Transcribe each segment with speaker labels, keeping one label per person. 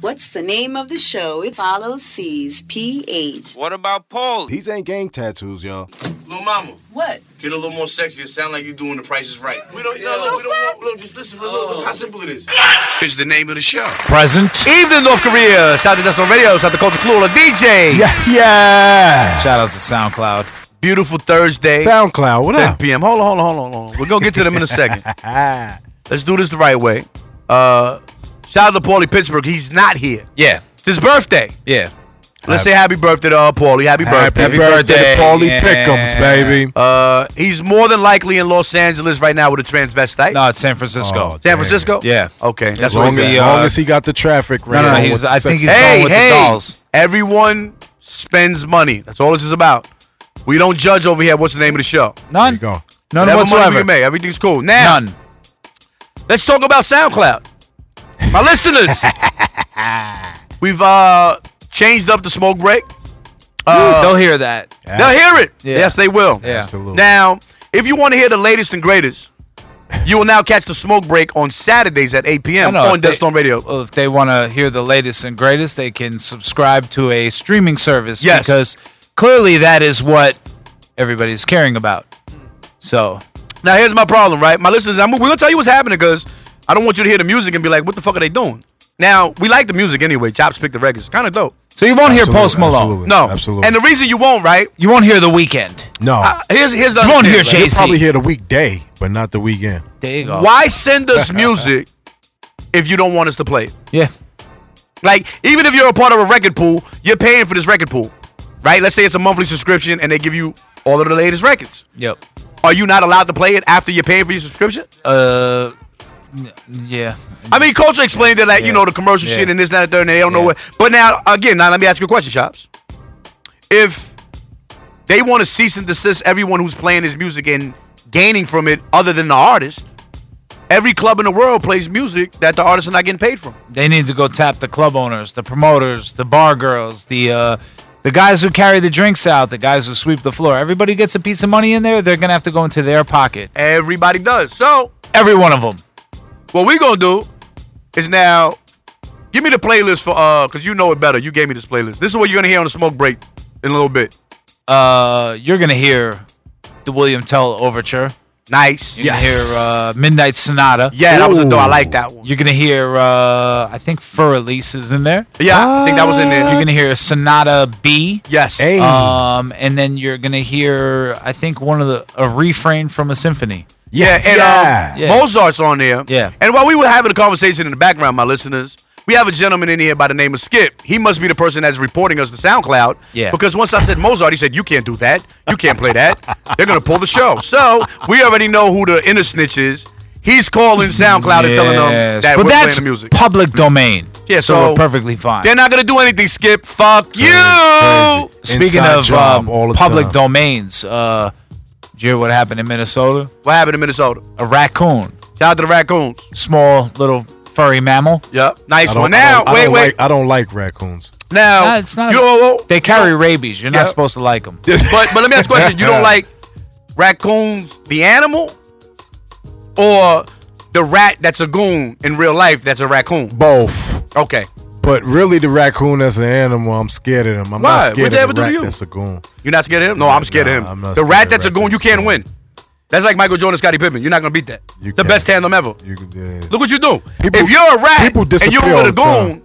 Speaker 1: What's the name of the show? It follows C's PH.
Speaker 2: What about Paul?
Speaker 3: These ain't gang tattoos, y'all.
Speaker 4: Little mama.
Speaker 1: What?
Speaker 4: Get a little more sexy. It sound like you doing the prices right. We don't, no, look, we don't want, look, just listen, look, look how simple it is. It's the name of the show.
Speaker 5: Present.
Speaker 6: Evening, North Korea. South International Radio, South Culture Clue, DJ.
Speaker 5: Yeah, yeah. Shout out to SoundCloud.
Speaker 6: Beautiful Thursday.
Speaker 5: SoundCloud, what
Speaker 6: 10
Speaker 5: up?
Speaker 6: p.m. Hold on, hold on, hold on, hold on. We're gonna get to them in a second. Let's do this the right way. Uh, shout out to Paulie Pittsburgh. He's not here.
Speaker 5: Yeah,
Speaker 6: It's his birthday.
Speaker 5: yeah.
Speaker 6: Let's say happy birthday to uh, Paulie. Happy birthday.
Speaker 5: Happy birthday,
Speaker 3: to Paulie
Speaker 5: yeah.
Speaker 3: Pickums, baby.
Speaker 6: Uh, he's more than likely in Los Angeles right now with a transvestite.
Speaker 5: No, it's San Francisco.
Speaker 3: Oh,
Speaker 6: San Francisco.
Speaker 5: Yeah.
Speaker 6: Okay. That's
Speaker 3: as
Speaker 6: what
Speaker 5: where
Speaker 3: long,
Speaker 5: he's
Speaker 3: as,
Speaker 5: at.
Speaker 3: long
Speaker 5: Uh,
Speaker 3: as he got the traffic
Speaker 5: no,
Speaker 3: right.
Speaker 5: no,
Speaker 3: on
Speaker 5: he's-
Speaker 3: with the
Speaker 5: I think
Speaker 3: sex-
Speaker 5: he's-
Speaker 6: hey,
Speaker 5: going with the
Speaker 6: hey,
Speaker 5: dolls.
Speaker 6: everyone spends money. That's all this is about. We don't judge over here. What's the name of the show?
Speaker 5: None.
Speaker 3: There you go.
Speaker 6: Whatever
Speaker 5: None
Speaker 6: money we
Speaker 5: whatsoever.
Speaker 6: can make, everything's cool. Now,
Speaker 5: None.
Speaker 6: let's talk about SoundCloud. My listeners, we've uh changed up the smoke break. Uh,
Speaker 5: They'll hear that.
Speaker 6: they'll hear it.
Speaker 5: Yeah.
Speaker 6: Yes, they will.
Speaker 5: Yeah.
Speaker 3: Absolutely.
Speaker 6: Now, if you want to hear the latest and greatest, you will now catch the smoke break on Saturdays at 8 p.m.
Speaker 5: No, no,
Speaker 6: on
Speaker 5: if they-
Speaker 6: Deathstorm Radio.
Speaker 5: Well, if they want to hear the latest and greatest, they can subscribe to a streaming service
Speaker 6: Yes.
Speaker 5: because clearly that is what everybody's caring about. So,
Speaker 6: Now here's my problem, right? My listeners, I'm, we're gonna tell you what's happening because I don't want you to hear the music and be like, "What the fuck are they doing?" Now we like the music anyway. Chops pick the records, kind of dope.
Speaker 5: so you won't
Speaker 3: Absolutely,
Speaker 5: hear Post Malone.
Speaker 3: absolutely,
Speaker 6: No,
Speaker 3: absolutely.
Speaker 6: And the reason you won't, right?
Speaker 5: You won't hear The Weeknd.
Speaker 3: no,
Speaker 6: Uh, here's here's the
Speaker 5: You
Speaker 6: other
Speaker 5: won't
Speaker 6: thing,
Speaker 5: hear
Speaker 6: right?
Speaker 5: Jay-Z.
Speaker 3: probably here the weekday, but not the weekend.
Speaker 5: There you go.
Speaker 6: Why send us music if you don't want us to play? it?
Speaker 5: Yeah.
Speaker 6: Like even if you're a part of a record pool, you're paying for this record pool, right? Let's say it's a monthly subscription and they give you all of the latest records.
Speaker 5: Yep.
Speaker 6: Are you not allowed to play it after you're paying for your subscription?
Speaker 5: Uh, n- yeah.
Speaker 6: I mean, Culture explained that, like, you
Speaker 5: Yeah.
Speaker 6: know, the commercial
Speaker 5: Yeah.
Speaker 6: shit and this, that, and the third, and they don't know
Speaker 5: Yeah.
Speaker 6: what. But now, again, now let me ask you a question, Shops. If they want to cease and desist everyone who's playing his music and gaining from it other than the artist, every club in the world plays music that the artists are not getting paid from.
Speaker 5: They need to go tap the club owners, the promoters, the bar girls, the uh, the guys who carry the drinks out, the guys who sweep the floor. Everybody gets a piece of money in there. They're gonna have to go into their pocket.
Speaker 6: Everybody does. So,
Speaker 5: Every one of them.
Speaker 6: what we're going to do is now give me the playlist for, uh, because you know it better. You gave me this playlist. This is what you're going to hear on the smoke break in a little bit.
Speaker 5: Uh, you're gonna hear the William Tell Overture.
Speaker 6: Nice.
Speaker 5: You're gonna hear uh, Midnight Sonata.
Speaker 6: Yeah, that was a dope. I
Speaker 3: Ooh.
Speaker 6: like that one.
Speaker 5: You're gonna hear uh, I think Fur Elise is in there.
Speaker 6: Yeah, I think that was in there.
Speaker 5: You're gonna hear Sonata B.
Speaker 6: Yes.
Speaker 3: Hey.
Speaker 5: Um, and then you're gonna hear I think one of the a refrain from a symphony.
Speaker 6: Yeah, and
Speaker 3: yeah.
Speaker 6: um,
Speaker 5: Yeah.
Speaker 6: Mozart's on there.
Speaker 5: Yeah.
Speaker 6: And while we were having a conversation in the background, my listeners, we have a gentleman in here by the name of Skip. He must be the person that's reporting us to SoundCloud.
Speaker 5: Yeah.
Speaker 6: Because once I said Mozart, he said, You can't do that. You can't play that. They're going to pull the show. So we already know who the inner snitch is. He's calling SoundCloud and telling them
Speaker 5: Yes.
Speaker 6: that
Speaker 5: but
Speaker 6: we're
Speaker 5: that's
Speaker 6: playing the music.
Speaker 5: public domain.
Speaker 6: Yeah,
Speaker 5: so,
Speaker 6: so
Speaker 5: we're perfectly fine.
Speaker 6: They're not going to do anything, Skip. Fuck you.
Speaker 3: Crazy.
Speaker 5: Speaking
Speaker 3: Inside
Speaker 5: of
Speaker 3: job
Speaker 5: um,
Speaker 3: all the
Speaker 5: public
Speaker 3: time.
Speaker 5: domains, uh, did you hear what happened in Minnesota?
Speaker 6: What happened in Minnesota?
Speaker 5: A raccoon,
Speaker 6: Shout out to the Raccoons.
Speaker 5: small little furry mammal.
Speaker 6: Yep.
Speaker 3: I
Speaker 6: Nice
Speaker 3: don't,
Speaker 6: one.
Speaker 3: I
Speaker 6: Now,
Speaker 3: don't- I
Speaker 6: wait,
Speaker 3: don't
Speaker 6: wait.
Speaker 3: Like, I don't like raccoons.
Speaker 6: now,
Speaker 5: Nah, it's not.
Speaker 6: you,
Speaker 5: a-
Speaker 6: oh, oh,
Speaker 5: they carry
Speaker 6: oh.
Speaker 5: rabies. You're
Speaker 6: Yeah.
Speaker 5: not supposed to like them.
Speaker 6: But but let me ask you a question. You don't like raccoons, the animal, or the rat that's a goon in real life that's a raccoon?
Speaker 3: Both.
Speaker 6: Okay.
Speaker 3: But really, the raccoon as an animal, I'm scared of him. I'm
Speaker 6: Why?
Speaker 3: not scared
Speaker 6: What'd they
Speaker 3: of
Speaker 6: ever do
Speaker 3: the
Speaker 6: to
Speaker 3: rat
Speaker 6: you?
Speaker 3: that's a goon.
Speaker 6: You're not scared of him? No, I'm scared of
Speaker 3: Nah,
Speaker 6: him.
Speaker 3: I'm not
Speaker 6: The
Speaker 3: scared
Speaker 6: rat
Speaker 3: of
Speaker 6: that's a goon, you
Speaker 3: raccoons,
Speaker 6: can't win. That's like Michael Jordan, Scottie Pippen. You're not gonna beat that.
Speaker 3: You
Speaker 6: the
Speaker 3: can't.
Speaker 6: best tandem ever.
Speaker 3: You can do it.
Speaker 6: Look what you do.
Speaker 3: People-
Speaker 6: if you're a rat
Speaker 3: people
Speaker 6: and you
Speaker 3: disappear
Speaker 6: with a
Speaker 3: all the
Speaker 6: goon,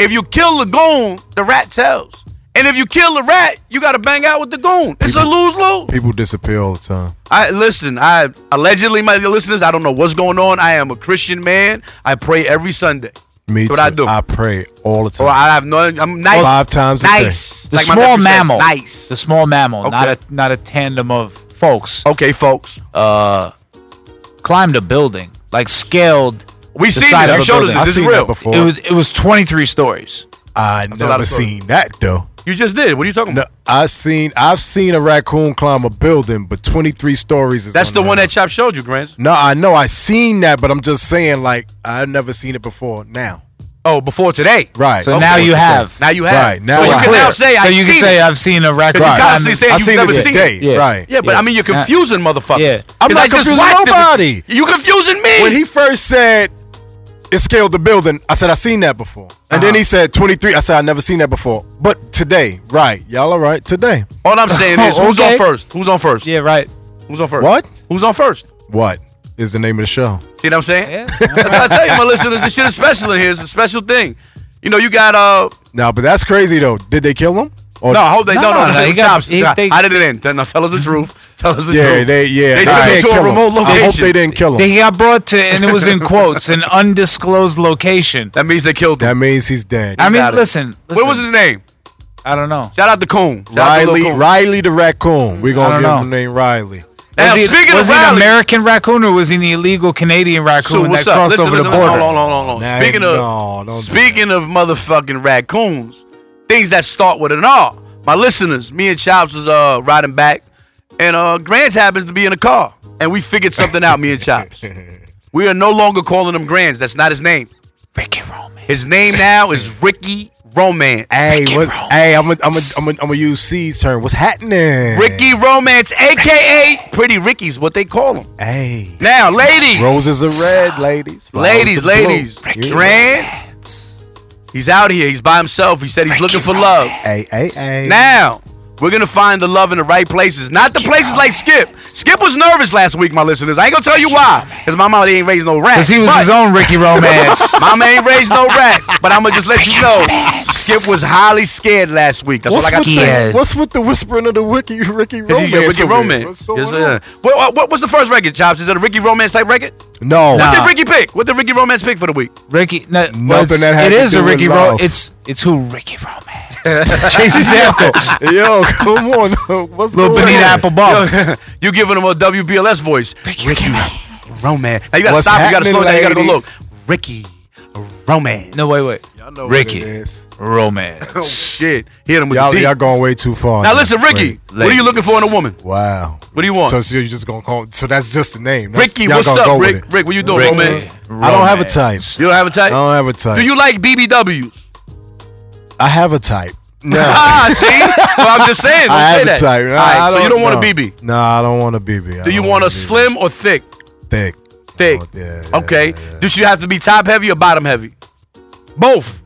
Speaker 6: if you kill the goon, the rat tells. And if you kill the rat, you gotta bang out with the goon. It's a
Speaker 3: People-
Speaker 6: lose lose.
Speaker 3: People disappear all the time.
Speaker 6: I listen. I allegedly, my dear listeners, I don't know what's going on. I am a Christian man. I pray every Sunday.
Speaker 3: Me
Speaker 6: That's what
Speaker 3: too.
Speaker 6: I do.
Speaker 3: pray all the time.
Speaker 6: So I have no. I'm nice.
Speaker 3: Five times a day.
Speaker 6: Nice.
Speaker 5: The
Speaker 6: Like my
Speaker 5: small
Speaker 6: nephew says,
Speaker 5: mammal.
Speaker 6: nice.
Speaker 5: The small mammal. Not
Speaker 6: Okay.
Speaker 5: a not a tandem of folks.
Speaker 6: okay, folks.
Speaker 5: Uh, climbed a building like scaled.
Speaker 6: We
Speaker 5: the
Speaker 6: seen
Speaker 5: side
Speaker 6: this.
Speaker 5: of
Speaker 6: You
Speaker 5: a
Speaker 6: showed us
Speaker 5: building.
Speaker 6: this.
Speaker 3: I've
Speaker 6: This is
Speaker 3: seen that
Speaker 6: real.
Speaker 3: before.
Speaker 5: It was it was 23 stories.
Speaker 3: I
Speaker 6: a lot
Speaker 3: never
Speaker 6: of stories.
Speaker 3: seen that though.
Speaker 6: You just did. What are you talking
Speaker 3: No,
Speaker 6: about?
Speaker 3: I seen I've seen a raccoon climb a building, but 23 stories is
Speaker 6: That's the one that
Speaker 3: unheard
Speaker 6: Chop showed you, Grant.
Speaker 3: of. No, I know I seen that, but I'm just saying like I've never seen it before. Now,
Speaker 6: Oh, before today.
Speaker 3: right?
Speaker 5: So now you have.
Speaker 6: Now you have.
Speaker 3: Right, now
Speaker 6: so you
Speaker 3: I
Speaker 6: can
Speaker 3: have.
Speaker 6: now say
Speaker 5: so
Speaker 6: I
Speaker 5: you
Speaker 6: seen
Speaker 5: can say
Speaker 6: it.
Speaker 5: I've seen a raccoon.
Speaker 3: Right.
Speaker 5: climb
Speaker 6: constantly
Speaker 5: in-
Speaker 6: say
Speaker 3: I
Speaker 6: you've
Speaker 3: seen
Speaker 6: never
Speaker 3: it
Speaker 6: seen
Speaker 3: today.
Speaker 6: it.
Speaker 5: Yeah.
Speaker 3: Right?
Speaker 6: Yeah, but
Speaker 5: Yeah.
Speaker 6: I mean you're
Speaker 5: Nah.
Speaker 6: confusing motherfuckers.
Speaker 5: Yeah.
Speaker 3: I'm
Speaker 6: 'Cause
Speaker 3: not
Speaker 6: I just
Speaker 3: confusing
Speaker 6: watched it with-
Speaker 3: nobody.
Speaker 6: You confusing me.
Speaker 3: When he first said it scaled the building. I said, I seen that before.
Speaker 6: Uh-huh.
Speaker 3: And then he said 23. I said, I never seen that before. But today, right. Y'all all right today.
Speaker 6: All I'm saying is, who's
Speaker 5: Oh, Okay.
Speaker 6: on first? Who's on first?
Speaker 5: Yeah, right.
Speaker 6: Who's on first?
Speaker 3: What?
Speaker 6: Who's on first?
Speaker 3: What is the name of the show?
Speaker 6: See what I'm saying?
Speaker 5: Yeah.
Speaker 6: That's what I tell you, my listeners. This shit is special in here. It's a special thing. You know, you got uh.
Speaker 3: Now, but that's crazy though. Did they kill him? Or,
Speaker 6: No, hold they
Speaker 5: No,
Speaker 6: no,
Speaker 5: no,
Speaker 6: no, no,
Speaker 5: no,
Speaker 6: no,
Speaker 5: he got-
Speaker 6: chops.
Speaker 5: he- they-
Speaker 6: I did it in. No, tell us the truth. Tell us the
Speaker 3: Yeah,
Speaker 6: truth.
Speaker 3: they yeah.
Speaker 6: They took
Speaker 3: nah,
Speaker 6: him to a
Speaker 3: kill
Speaker 6: remote location.
Speaker 3: I hope they didn't kill him.
Speaker 5: He got brought to, and it was in quotes, an undisclosed location.
Speaker 6: That means they killed him.
Speaker 3: That means he's dead.
Speaker 5: I mean,
Speaker 6: got it.
Speaker 5: listen, listen.
Speaker 6: What was his name?
Speaker 5: I don't know.
Speaker 6: Shout out to Coon. Shout out to Lil
Speaker 3: Riley,
Speaker 6: Coon.
Speaker 3: Riley the raccoon. We're
Speaker 5: I don't
Speaker 3: gonna give
Speaker 5: know.
Speaker 3: him the name Riley.
Speaker 6: Now,
Speaker 5: was he,
Speaker 6: speaking
Speaker 5: was
Speaker 6: of
Speaker 5: he an
Speaker 6: Riley,
Speaker 5: American raccoon or was he an illegal Canadian raccoon
Speaker 6: so what's
Speaker 5: that
Speaker 6: up?
Speaker 5: crossed
Speaker 6: listen,
Speaker 5: over
Speaker 6: listen,
Speaker 5: the border?
Speaker 6: Hold on, hold on, hold on.
Speaker 3: Nah,
Speaker 6: speaking of
Speaker 3: no, don't do
Speaker 6: speaking of motherfucking raccoons, things that start with an R. My listeners, me and Chops was uh riding back, and uh Grant happens to be in a car, and we figured something out. Me and Chops, we are no longer calling him Grants. That's not his name.
Speaker 5: Ricky Roman.
Speaker 6: His name now is Ricky Romance.
Speaker 3: Hey,
Speaker 5: Ricky
Speaker 3: what,
Speaker 5: Rome.
Speaker 3: hey, I'm gonna I'm I'm I'm use C's term. What's happening?
Speaker 6: Ricky Romance, aka Pretty Ricky's what they call him.
Speaker 3: Hey.
Speaker 6: Now, ladies,
Speaker 3: Roses are red, ladies. Flowers
Speaker 6: ladies,
Speaker 3: are blue.
Speaker 6: ladies,
Speaker 3: Yeah.
Speaker 6: Grant, he's out here. He's by himself. He said he's looking for love.
Speaker 3: Hey, hey, hey.
Speaker 6: Now, we're gonna find the love in the right places, not the places like Skip. Skip was nervous last week, my listeners. I ain't gonna tell you why, because my mama ain't raised no rat.
Speaker 5: Because he was
Speaker 6: but
Speaker 5: his own Ricky Romance.
Speaker 6: Mama ain't raised no rat, but I'm gonna just let you know, Skip was highly scared last week. That's
Speaker 3: what's
Speaker 6: what I got to
Speaker 3: with,
Speaker 5: got
Speaker 3: the,
Speaker 5: scared.
Speaker 3: what's with the whispering of the Ricky Ricky
Speaker 6: Cause
Speaker 3: romance?
Speaker 6: you- yeah, Ricky
Speaker 3: over here?
Speaker 6: Romance.
Speaker 3: What's going
Speaker 6: Yes,
Speaker 3: on?
Speaker 6: yeah. What, what, what was the first record, Chops? Is it a Ricky Romance type record?
Speaker 3: No,
Speaker 6: What
Speaker 5: Nah.
Speaker 6: did Ricky pick? What did Ricky Romance pick for the week?
Speaker 5: Ricky, no, well,
Speaker 3: Nothing
Speaker 5: it's-
Speaker 3: that had
Speaker 5: It
Speaker 3: to
Speaker 5: is
Speaker 3: do
Speaker 5: a
Speaker 3: with
Speaker 5: Ricky Roman.
Speaker 3: love.
Speaker 5: It's it's who Ricky Romance.
Speaker 3: Casey Sample. Yo, come on. What's
Speaker 5: Little
Speaker 3: going
Speaker 5: Benita
Speaker 3: on?
Speaker 5: Apple Bob.
Speaker 6: you giving him a WBLS voice.
Speaker 5: Ricky Romance.
Speaker 6: Romance. Now you gotta
Speaker 3: What's
Speaker 6: stop. You gotta
Speaker 3: happening,
Speaker 6: slow down. You gotta go look.
Speaker 3: ladies?
Speaker 6: Ricky Romance.
Speaker 5: No, wait, wait.
Speaker 3: Y'all know what
Speaker 5: Ricky.
Speaker 3: it is.
Speaker 6: Oh,
Speaker 5: Romance.
Speaker 6: shit. Hit him with
Speaker 3: Y'all,
Speaker 6: the beat.
Speaker 3: y'all going way too far.
Speaker 6: Now listen, Ricky,
Speaker 5: Wait,
Speaker 6: what are you
Speaker 5: ladies.
Speaker 6: looking for in a woman?
Speaker 3: Wow.
Speaker 6: What do you want?
Speaker 3: So, so you're just gonna call? So that's just the name. That's,
Speaker 6: Ricky,
Speaker 3: y'all
Speaker 6: what's
Speaker 3: gonna
Speaker 6: up,
Speaker 3: go with
Speaker 6: Rick?
Speaker 3: it.
Speaker 6: Rick, what you doing,
Speaker 5: Ricky.
Speaker 6: romance?
Speaker 3: I don't have a
Speaker 5: Romance.
Speaker 3: type.
Speaker 6: You don't have a
Speaker 3: I
Speaker 6: type?
Speaker 3: don't have a type.
Speaker 6: Do you like BBWs?
Speaker 3: I have a type. No.
Speaker 6: Ah, see? So I'm just saying, don't
Speaker 3: I
Speaker 6: say
Speaker 3: have
Speaker 6: that.
Speaker 3: a type.
Speaker 6: All right,
Speaker 3: I
Speaker 6: so you don't want a
Speaker 3: no.
Speaker 6: BB.
Speaker 3: No, I don't want a BB. I
Speaker 6: Do you
Speaker 3: don't
Speaker 6: want a
Speaker 3: BB.
Speaker 6: slim or thick?
Speaker 3: Thick.
Speaker 6: Thick.
Speaker 3: Oh, yeah, yeah,
Speaker 6: Okay.
Speaker 3: yeah.
Speaker 6: Does she have to be top heavy or bottom heavy? Both.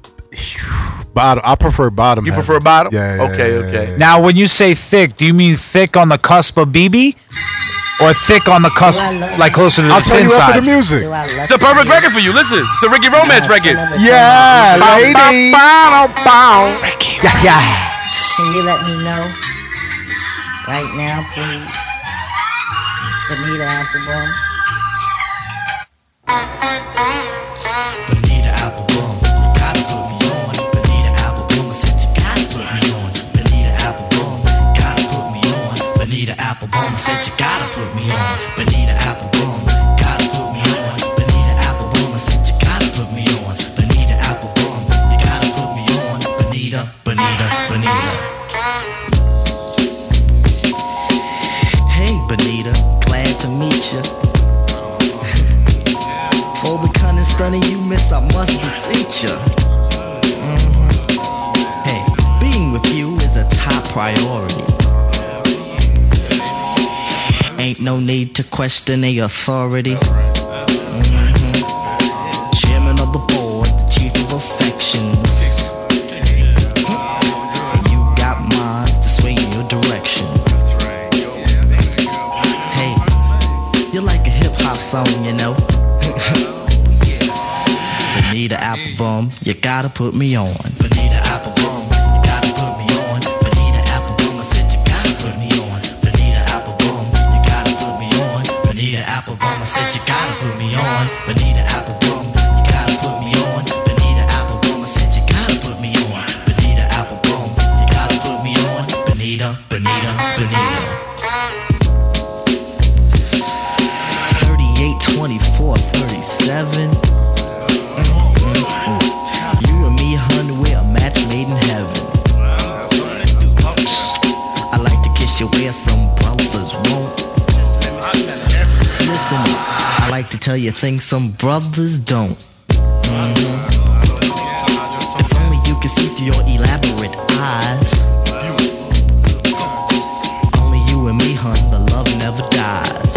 Speaker 3: Bottom. I prefer bottom.
Speaker 6: You
Speaker 3: heavy.
Speaker 6: prefer bottom?
Speaker 3: Yeah. yeah,
Speaker 6: Okay,
Speaker 3: yeah,
Speaker 6: okay.
Speaker 3: yeah, yeah.
Speaker 5: Now, when you say thick, do you mean thick on the cusp of BB, or thick on the cusp, like closer to the
Speaker 3: I'll tell
Speaker 5: thin
Speaker 3: you
Speaker 5: side?
Speaker 3: after the music.
Speaker 6: It's a perfect record for you. Listen, it's a Ricky Romance record.
Speaker 3: Yeah, ladies.
Speaker 6: Bow, bow, bow.
Speaker 5: Ricky
Speaker 2: Can you let me know right now, please? Benita Applebaum.
Speaker 7: Benita Applebaum, you gotta put me on. Benita Applebaum, I said you gotta put me on. Benita Applebaum, gotta put me on. Benita Applebaum, I said you gotta put me on. Benita Applebaum, gotta put me on. Benita Applebaum, I said you gotta put me on. Benita Applebaum, you gotta put me on. Benita, Benita, Benita. Hey, Benita, glad to meet ya. For the cunning stunning you miss, I must beseech ya. Mm-hmm. Hey, being with you is a top priority. Ain't no need to question the authority. Mhm. Chairman of the board, the chief of affections. Hmm. You got minds to swing in your direction. Hey, you're like a hip hop song, you know. Benita Applebaum, you gotta put me on. Benita Applebaum, you gotta put me on. Benita Applebaum, I said you gotta put me on. Benita Applebaum, you gotta put me on. Benita Applebaum, I said you gotta put me on. Benita Applebaum, you gotta put me on. Benita Applebaum, I said you gotta put me on. Benita Applebaum, you gotta put me on. Benita, Benita, Benita. 38, 24, 37. Mm-mm-mm. Mm-hmm. You and me, hun, we're a match made in heaven. I like to kiss your where some brothers won't. Listen, I like to tell you things some brothers don't. Mhm. If only you could see through your elaborate eyes. Only you and me, hun, the love never dies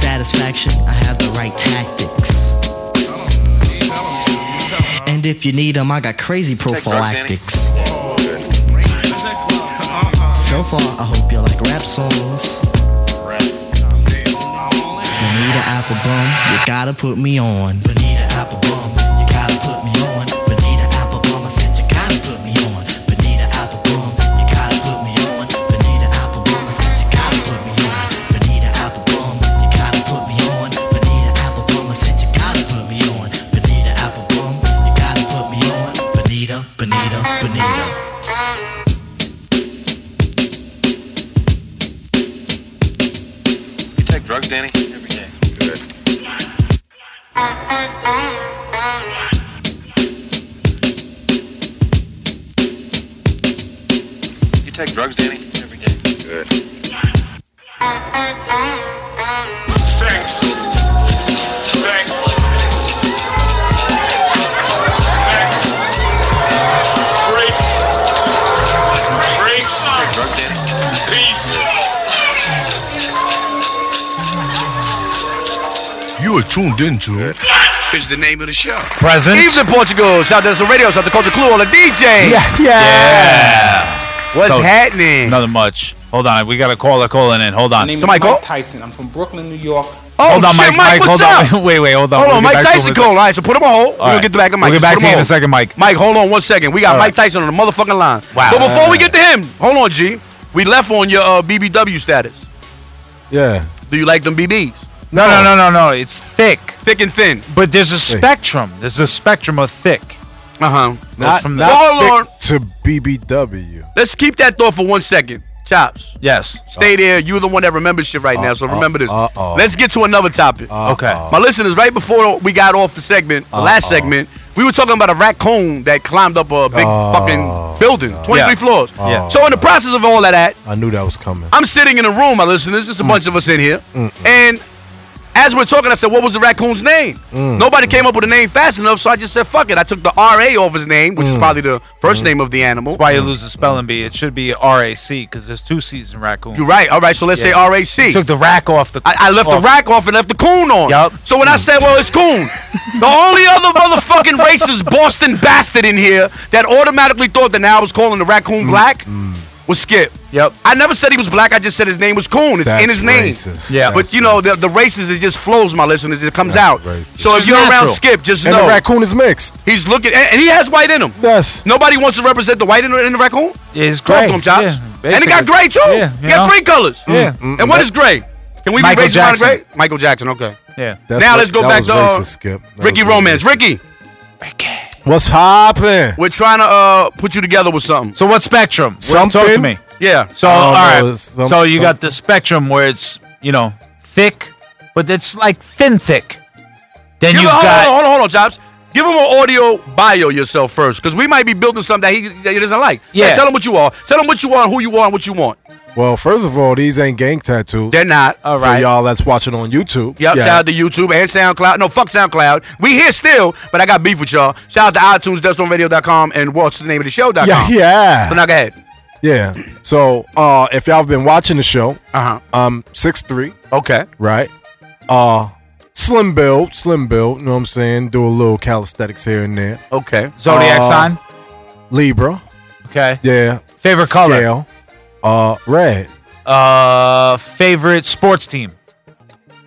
Speaker 7: satisfaction. I have the right tact. And if you need 'em, I got crazy prophylactics. So far, I hope you like rap songs. Bonita Applebum, you gotta put me on. Bonita Applebum, you gotta put me on. Bonita Applebum, I said you gotta put me on. Bonita Applebum, you gotta put me on. Bonita Applebum, I said you gotta put me on. Bonita Applebum, you gotta put me on. Bonita Applebum, I said you gotta put me on. Bonita Applebum, you gotta put me on. Bonita, Bonita, Bonita.
Speaker 8: You take drugs, Danny? Every day. Good. You take drugs, Danny? Every day. Good. Drugs, Danny?
Speaker 9: You are tuned into
Speaker 4: It's the name of the show.
Speaker 5: Present.
Speaker 6: Evening, Portugal. Shout out to the radio. Shout out to Culture Clue, all the DJs.
Speaker 5: yeah. yeah.
Speaker 6: What's
Speaker 5: So-
Speaker 6: happening?
Speaker 5: Another much. Hold on. We got a caller calling in. Hold on.
Speaker 6: Somebody call.
Speaker 10: Tyson. I'm from Brooklyn, New York.
Speaker 6: Oh,
Speaker 5: hold on,
Speaker 6: shit,
Speaker 5: Mike. Mike,
Speaker 6: what's
Speaker 5: hold
Speaker 6: up?
Speaker 5: on. Wait, wait, hold on.
Speaker 6: Hold
Speaker 5: We'll
Speaker 6: on,
Speaker 5: get
Speaker 6: Mike
Speaker 5: back to him
Speaker 6: Tyson
Speaker 5: for a
Speaker 6: called. All right, so put him on hold. We're
Speaker 5: right.
Speaker 6: gonna get back to Mike.
Speaker 5: We'll get
Speaker 6: Just
Speaker 5: back
Speaker 6: put
Speaker 5: to
Speaker 6: him
Speaker 5: you in
Speaker 6: on
Speaker 5: a
Speaker 6: hold.
Speaker 5: second, Mike.
Speaker 6: Mike, hold on one second. We got
Speaker 5: All
Speaker 6: Mike
Speaker 5: right.
Speaker 6: Tyson on the motherfucking line.
Speaker 5: Wow.
Speaker 6: But before we get to him, hold on, G. We left on your uh, BBW status.
Speaker 3: Yeah.
Speaker 6: Do you like them BBs?
Speaker 5: No, no, no, no, no. It's thick.
Speaker 6: Thick and thin.
Speaker 5: But there's a spectrum. There's a spectrum of thick.
Speaker 6: Uh huh.
Speaker 5: Goes
Speaker 3: Uh-huh. Not,
Speaker 5: from
Speaker 3: not
Speaker 6: the-
Speaker 3: thick
Speaker 6: Hold on.
Speaker 3: to BBW.
Speaker 6: Let's keep that thought for one second. Chops,
Speaker 5: Yes. Uh,
Speaker 6: stay there. You're the one that remembers shit right now, so remember this.
Speaker 3: uh-oh.
Speaker 6: Let's get to another topic.
Speaker 5: Okay.
Speaker 6: My listeners, right before we got off the segment, the last segment, we were talking about a raccoon that climbed up a big fucking building, 23
Speaker 5: Oh. Yeah. Oh.
Speaker 6: floors.
Speaker 5: Yeah.
Speaker 6: So in the process of all of that,
Speaker 3: I knew that was coming.
Speaker 6: I'm sitting in a room, my listeners,
Speaker 5: Mm.
Speaker 6: there's a bunch of us in here, and as we're talking, I said, "What was the raccoon's name?"
Speaker 5: Mm.
Speaker 6: Nobody came up with a name fast enough, so I just said, "Fuck it." I took the RA off his name, which is probably the first name of the animal.
Speaker 5: Mm. That's why you lose the spelling bee. It should be RAC because there's two C's in raccoon.
Speaker 6: You're right. All right, so let's
Speaker 5: Yeah.
Speaker 6: say
Speaker 5: You
Speaker 6: RAC.
Speaker 5: took the rack off the.
Speaker 6: I, I left
Speaker 5: off-
Speaker 6: the rack off and left the coon on.
Speaker 5: Yup.
Speaker 6: So when I said, well, it's coon, the only other motherfucking racist Boston bastard in here that automatically thought that now I was calling the raccoon black was Skip.
Speaker 5: Mm, Yup.
Speaker 6: I never said he was black. I just said his name was coon. It's in
Speaker 3: That's
Speaker 6: his name.
Speaker 3: racist.
Speaker 5: Yeah.
Speaker 6: But you know, the, the racism it just flows, my listeners. It comes out.
Speaker 3: racist.
Speaker 6: So if
Speaker 5: It's
Speaker 6: you're around
Speaker 5: natural.
Speaker 6: Skip, just
Speaker 3: and
Speaker 6: know
Speaker 3: the raccoon is mixed.
Speaker 6: he's looking, and, and he has white in him.
Speaker 3: Yes.
Speaker 6: Nobody wants to represent the white in, the- in the raccoon.
Speaker 5: Yeah, it's
Speaker 6: Talk
Speaker 5: gray.
Speaker 6: to him, Chops.
Speaker 5: Yeah,
Speaker 6: and it got
Speaker 5: basically.
Speaker 6: gray too.
Speaker 5: Yeah,
Speaker 6: It
Speaker 5: you
Speaker 6: got
Speaker 5: know?
Speaker 6: three colors. Mm,
Speaker 5: Yeah.
Speaker 6: And what is gray? Can we
Speaker 5: Michael
Speaker 6: be racist around
Speaker 5: Jackson.
Speaker 6: gray? Michael Jackson. Okay.
Speaker 5: Yeah.
Speaker 3: That's
Speaker 6: now
Speaker 3: what-
Speaker 6: let's go
Speaker 3: that
Speaker 6: back
Speaker 3: was
Speaker 6: to uh,
Speaker 3: racist, Skip. That was
Speaker 6: Ricky
Speaker 3: really
Speaker 6: Romance.
Speaker 3: racist.
Speaker 6: Ricky,
Speaker 3: What's hoppin'?
Speaker 6: we're trying to uh, put you together with something.
Speaker 5: So what spectrum? Talk to
Speaker 3: Something.
Speaker 5: me.
Speaker 6: Yeah.
Speaker 5: So
Speaker 3: I don't
Speaker 5: all right.
Speaker 3: know, it's some-
Speaker 5: so you
Speaker 3: some-
Speaker 5: got the spectrum where it's you know thick, but it's like thin thick. Then
Speaker 6: Give
Speaker 5: you've
Speaker 6: him- hold, on,
Speaker 5: got
Speaker 6: hold on, hold on, Jobs. Give him an audio bio yourself first, because we might be building something that he, that he doesn't like.
Speaker 5: Yeah.
Speaker 6: Like, tell him what you are. Tell him what you are, who you are, and what you want.
Speaker 3: Well, first of all, these ain't gang tattoos.
Speaker 6: They're not.
Speaker 5: All
Speaker 3: For
Speaker 5: right.
Speaker 3: y'all that's watching on YouTube.
Speaker 6: Yep,
Speaker 3: Yeah.
Speaker 6: shout out to YouTube and SoundCloud. No, fuck SoundCloud. We here still, but I got beef with y'all. Shout out to iTunes, DestonRadio.com, and what's the name of the show.com.
Speaker 3: Yeah, yeah.
Speaker 6: So now go ahead.
Speaker 3: Yeah. So uh if y'all been watching the show,
Speaker 6: Uh
Speaker 3: um six three,
Speaker 6: huh. Okay.
Speaker 3: right? Uh slim build, slim build, you know what I'm saying? Do a little calisthenics here and there.
Speaker 6: Okay.
Speaker 5: zodiac
Speaker 3: Uh,
Speaker 5: sign.
Speaker 3: Libra.
Speaker 5: Okay.
Speaker 3: Yeah.
Speaker 5: Favorite color.
Speaker 3: Scale. Uh red.
Speaker 5: Uh, favorite sports team.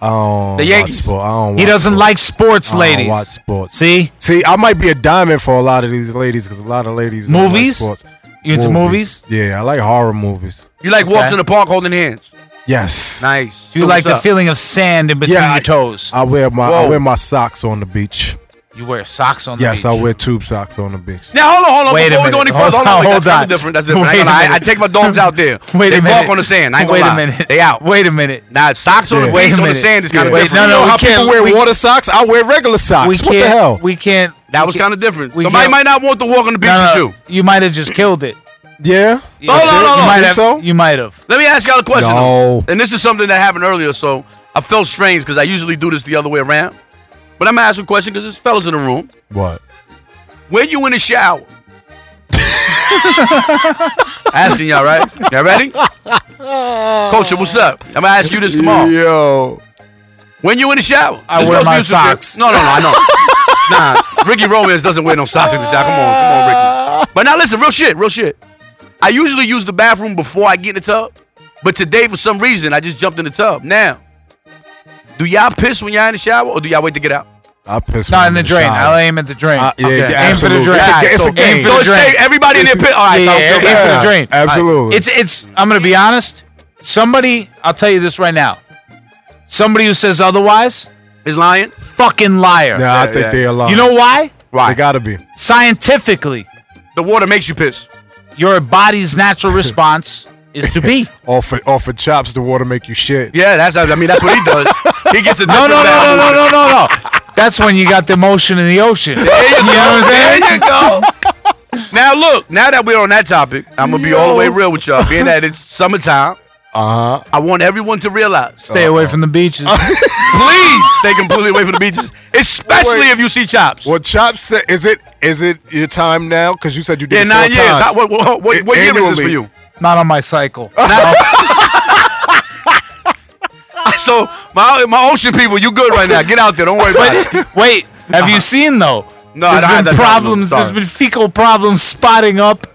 Speaker 3: Um
Speaker 6: The Yankees.
Speaker 3: Sport. I don't
Speaker 5: He
Speaker 3: watch
Speaker 5: doesn't
Speaker 3: sports.
Speaker 5: like sports,
Speaker 3: I don't
Speaker 5: ladies.
Speaker 3: watch sports.
Speaker 5: See,
Speaker 3: See, I might be a diamond for a lot of these ladies because a lot of ladies don't like
Speaker 5: Movies?
Speaker 3: sports.
Speaker 5: you into movies?
Speaker 3: Yeah, I like horror movies.
Speaker 6: You like walks
Speaker 5: Okay.
Speaker 6: in the park holding hands.
Speaker 3: Yes.
Speaker 6: Nice.
Speaker 5: Do you
Speaker 6: So
Speaker 5: like
Speaker 6: what's
Speaker 5: the
Speaker 6: up?
Speaker 5: feeling of sand in between
Speaker 3: Yeah, I-
Speaker 5: your toes?
Speaker 3: I wear my
Speaker 6: Whoa.
Speaker 3: I wear my socks on the beach.
Speaker 5: you wear socks on the
Speaker 3: Yes,
Speaker 5: beach.
Speaker 3: I wear tube socks on the beach.
Speaker 6: Now hold on, hold on.
Speaker 5: Wait a
Speaker 6: Before we go any
Speaker 5: minute.
Speaker 6: further, hold
Speaker 5: Hold
Speaker 6: on.
Speaker 5: on,
Speaker 6: wait,
Speaker 5: hold
Speaker 6: that's kinda
Speaker 5: on.
Speaker 6: different. That's different. I,
Speaker 5: Wait
Speaker 6: ain't
Speaker 5: a
Speaker 6: gonna lie. I
Speaker 5: minute.
Speaker 6: take my dogs out there.
Speaker 5: Wait
Speaker 6: they
Speaker 5: a minute.
Speaker 6: walk on the sand. I ain't gonna
Speaker 5: Wait
Speaker 6: lie.
Speaker 5: a minute.
Speaker 6: They out.
Speaker 5: Wait a minute.
Speaker 6: Now socks on the
Speaker 3: Yeah.
Speaker 5: Wait
Speaker 6: waist
Speaker 5: a
Speaker 6: on the
Speaker 5: minute.
Speaker 6: sand is kind of
Speaker 5: Wait,
Speaker 6: different.
Speaker 5: no,
Speaker 3: you
Speaker 5: no,
Speaker 3: know
Speaker 5: we
Speaker 3: how
Speaker 5: can't-
Speaker 3: people wear
Speaker 5: we-
Speaker 3: water socks? I wear regular
Speaker 5: We
Speaker 3: socks.
Speaker 5: can't.
Speaker 3: What the hell?
Speaker 5: We can't.
Speaker 6: That
Speaker 5: we
Speaker 6: was
Speaker 5: can't-
Speaker 6: kind of different.
Speaker 5: we
Speaker 6: Somebody
Speaker 5: can't-
Speaker 6: might not want to walk on the beach
Speaker 5: No, no,
Speaker 6: with you.
Speaker 5: You might have just killed it.
Speaker 3: yeah.
Speaker 5: Yeah,
Speaker 6: hold on,
Speaker 5: you
Speaker 6: hold on.
Speaker 5: might
Speaker 3: Think
Speaker 5: have-
Speaker 3: so?
Speaker 5: You might have.
Speaker 6: Let me ask y'all a question. though.
Speaker 3: No.
Speaker 6: And this is something that happened earlier, so I felt strange because I usually do this the other way around. But I'm gonna ask you a question because there's fellas in the room.
Speaker 3: What?
Speaker 6: When you in the shower? Asking y'all, right? Y'all ready? Culture, what's up? I'm gonna ask you this tomorrow.
Speaker 3: Uh, Yo.
Speaker 6: When you in the shower,
Speaker 5: I
Speaker 6: this
Speaker 5: wear
Speaker 6: goes for
Speaker 5: my
Speaker 6: you, Cynthia.
Speaker 5: socks.
Speaker 6: No, no, no, I know. nah, Ricky Romance doesn't wear no socks in the shower. Come on, come on, Ricky. But now listen, real shit, real shit. I usually use the bathroom before I get in the tub, but today for some reason I just jumped in the tub. Now, do y'all piss when y'all in the shower, or do y'all wait to get out?
Speaker 3: I piss.
Speaker 5: Not
Speaker 3: when
Speaker 5: in the
Speaker 3: I'm
Speaker 5: drain.
Speaker 3: shower.
Speaker 5: I'll aim at the drain.
Speaker 3: Uh, yeah, yeah,
Speaker 5: aim for the
Speaker 3: absolutely.
Speaker 5: drain.
Speaker 3: It's a-
Speaker 5: All
Speaker 3: it's a
Speaker 5: so
Speaker 3: game.
Speaker 5: Aim for
Speaker 6: So
Speaker 5: the
Speaker 6: it's
Speaker 5: drain.
Speaker 6: safe. Everybody in their piss. All right, so I don't feel
Speaker 5: aim
Speaker 6: bad.
Speaker 5: for the drain.
Speaker 3: Absolutely.
Speaker 5: It's it's. I'm gonna be honest. Somebody, I'll tell you this right now. Somebody who says otherwise,
Speaker 6: Is lying?
Speaker 5: fucking liar.
Speaker 3: Nah, I think
Speaker 6: yeah.
Speaker 3: they alone.
Speaker 5: You know why?
Speaker 3: They gotta be.
Speaker 5: Scientifically,
Speaker 6: The water makes you piss.
Speaker 5: your body's natural response is to be.
Speaker 3: Off of, off of chops, the water make you shit.
Speaker 6: Yeah, that's. I mean, that's what he does. He gets a
Speaker 5: No, no, no,
Speaker 6: different
Speaker 5: no,
Speaker 6: bathroom.
Speaker 5: no, no, no, no. That's when you got the motion in the ocean.
Speaker 6: There you
Speaker 5: You
Speaker 6: go.
Speaker 5: know what I'm saying?
Speaker 6: There you go. Now look, now that we're on that topic, I'm gonna be all the way real with y'all. Being that it's summertime,
Speaker 3: Uh huh.
Speaker 6: I want everyone to realize,
Speaker 5: Uh-huh.
Speaker 6: Uh-huh.
Speaker 5: Stay away from the
Speaker 6: Oh,
Speaker 5: beaches.
Speaker 6: please stay completely away from the beaches, especially if
Speaker 3: Wait.
Speaker 6: you see chops.
Speaker 3: Well, chops said, is it is it your time now? Because you said you did
Speaker 6: Yeah,
Speaker 3: it
Speaker 6: nine
Speaker 3: four
Speaker 6: years.
Speaker 3: times.
Speaker 6: How- what what, what, what year is this for
Speaker 3: Annually.
Speaker 6: you?
Speaker 5: Not on my cycle.
Speaker 6: So my my ocean people, you good right now? Get out there. Don't worry about it. Uh-huh.
Speaker 5: Wait, have you seen though?
Speaker 6: No, I
Speaker 5: there's
Speaker 6: don't have that
Speaker 5: been
Speaker 6: problem.
Speaker 5: problems. There's
Speaker 6: Sorry. Uh,
Speaker 5: been fecal problems spotting up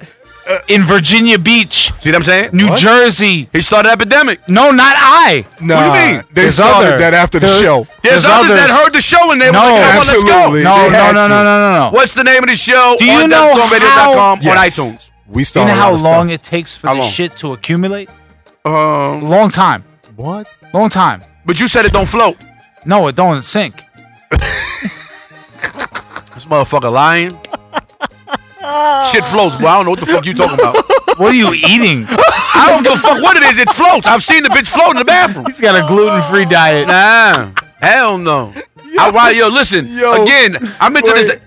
Speaker 5: in Virginia Beach,
Speaker 6: See what I'm saying?
Speaker 5: New Jersey.
Speaker 6: He started an epidemic.
Speaker 5: No, not I.
Speaker 3: Nah,
Speaker 6: What do you mean?
Speaker 3: They
Speaker 5: There's
Speaker 3: started
Speaker 5: other-
Speaker 3: that after the
Speaker 5: there-
Speaker 3: show.
Speaker 6: There's,
Speaker 5: There's
Speaker 6: others, that
Speaker 5: others.
Speaker 6: heard the show and they were like,
Speaker 5: No,
Speaker 6: "Oh, let's go."
Speaker 3: absolutely.
Speaker 5: No, no,
Speaker 3: They
Speaker 5: no,
Speaker 3: had
Speaker 5: no,
Speaker 3: to.
Speaker 5: no, no, no.
Speaker 6: What's the name of the show?
Speaker 5: Do you
Speaker 6: on
Speaker 5: know
Speaker 6: DubsToneRadio.com
Speaker 3: how- Yes.
Speaker 6: on iTunes.
Speaker 3: We
Speaker 5: Do you
Speaker 3: started.
Speaker 5: know
Speaker 3: a
Speaker 5: how
Speaker 3: lot of
Speaker 5: long it takes for
Speaker 6: How
Speaker 5: this
Speaker 6: long?
Speaker 5: shit to accumulate?
Speaker 6: Um,
Speaker 5: Long time.
Speaker 3: stuff. What?
Speaker 5: Long time.
Speaker 6: but you said it don't float.
Speaker 5: No, it don't sink.
Speaker 6: This motherfucker lying.
Speaker 8: Ah.
Speaker 6: Shit floats, bro. I don't know what the fuck you talking about.
Speaker 5: What are you eating?
Speaker 6: I don't give a fuck what it is. It floats. I've seen the bitch float in the bathroom.
Speaker 5: He's got a gluten-free diet.
Speaker 6: Nah, hell no. I, why, yo, listen.
Speaker 3: Yo,
Speaker 6: again, I'm into this.
Speaker 3: wait.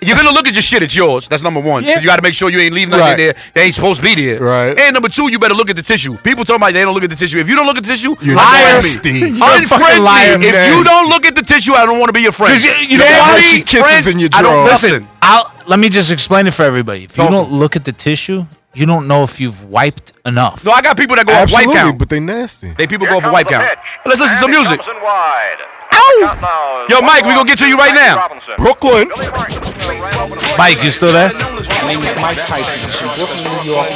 Speaker 6: You're gonna look at your shit. It's yours. That's number one. 'Cause
Speaker 5: Yeah.
Speaker 6: You got to make sure you ain't leaving nothing
Speaker 3: Right.
Speaker 6: there. They ain't supposed to be there.
Speaker 3: Right.
Speaker 6: And number two, you better look at the tissue. People talking about they don't look at the tissue. If you don't look at the tissue,
Speaker 3: You're
Speaker 6: I don't wanna
Speaker 3: nasty.
Speaker 6: be.
Speaker 3: You're
Speaker 5: a fucking
Speaker 6: Unfriendly.
Speaker 5: liar,
Speaker 6: if you
Speaker 3: nasty.
Speaker 6: don't look at the tissue, I don't want to be your friend.
Speaker 5: 'Cause you- you
Speaker 6: Your
Speaker 5: know why
Speaker 6: body,
Speaker 3: she kisses
Speaker 6: friends,
Speaker 3: in your
Speaker 6: I don't
Speaker 3: drawers?
Speaker 6: listen.
Speaker 5: I'll, let me just explain it for everybody. If you
Speaker 6: Go.
Speaker 5: don't look at the tissue, you don't know if you've wiped enough.
Speaker 6: No, I got people that go off wipe
Speaker 3: Absolutely,
Speaker 6: count.
Speaker 3: but they nasty.
Speaker 6: They people go off a wipe count. Let's listen to some music.
Speaker 8: Ow!
Speaker 6: Yo, Mike, we gonna get to you right now.
Speaker 3: Brooklyn.
Speaker 5: Mike, you still there?
Speaker 11: name is Mike Tyson from Brooklyn, New York.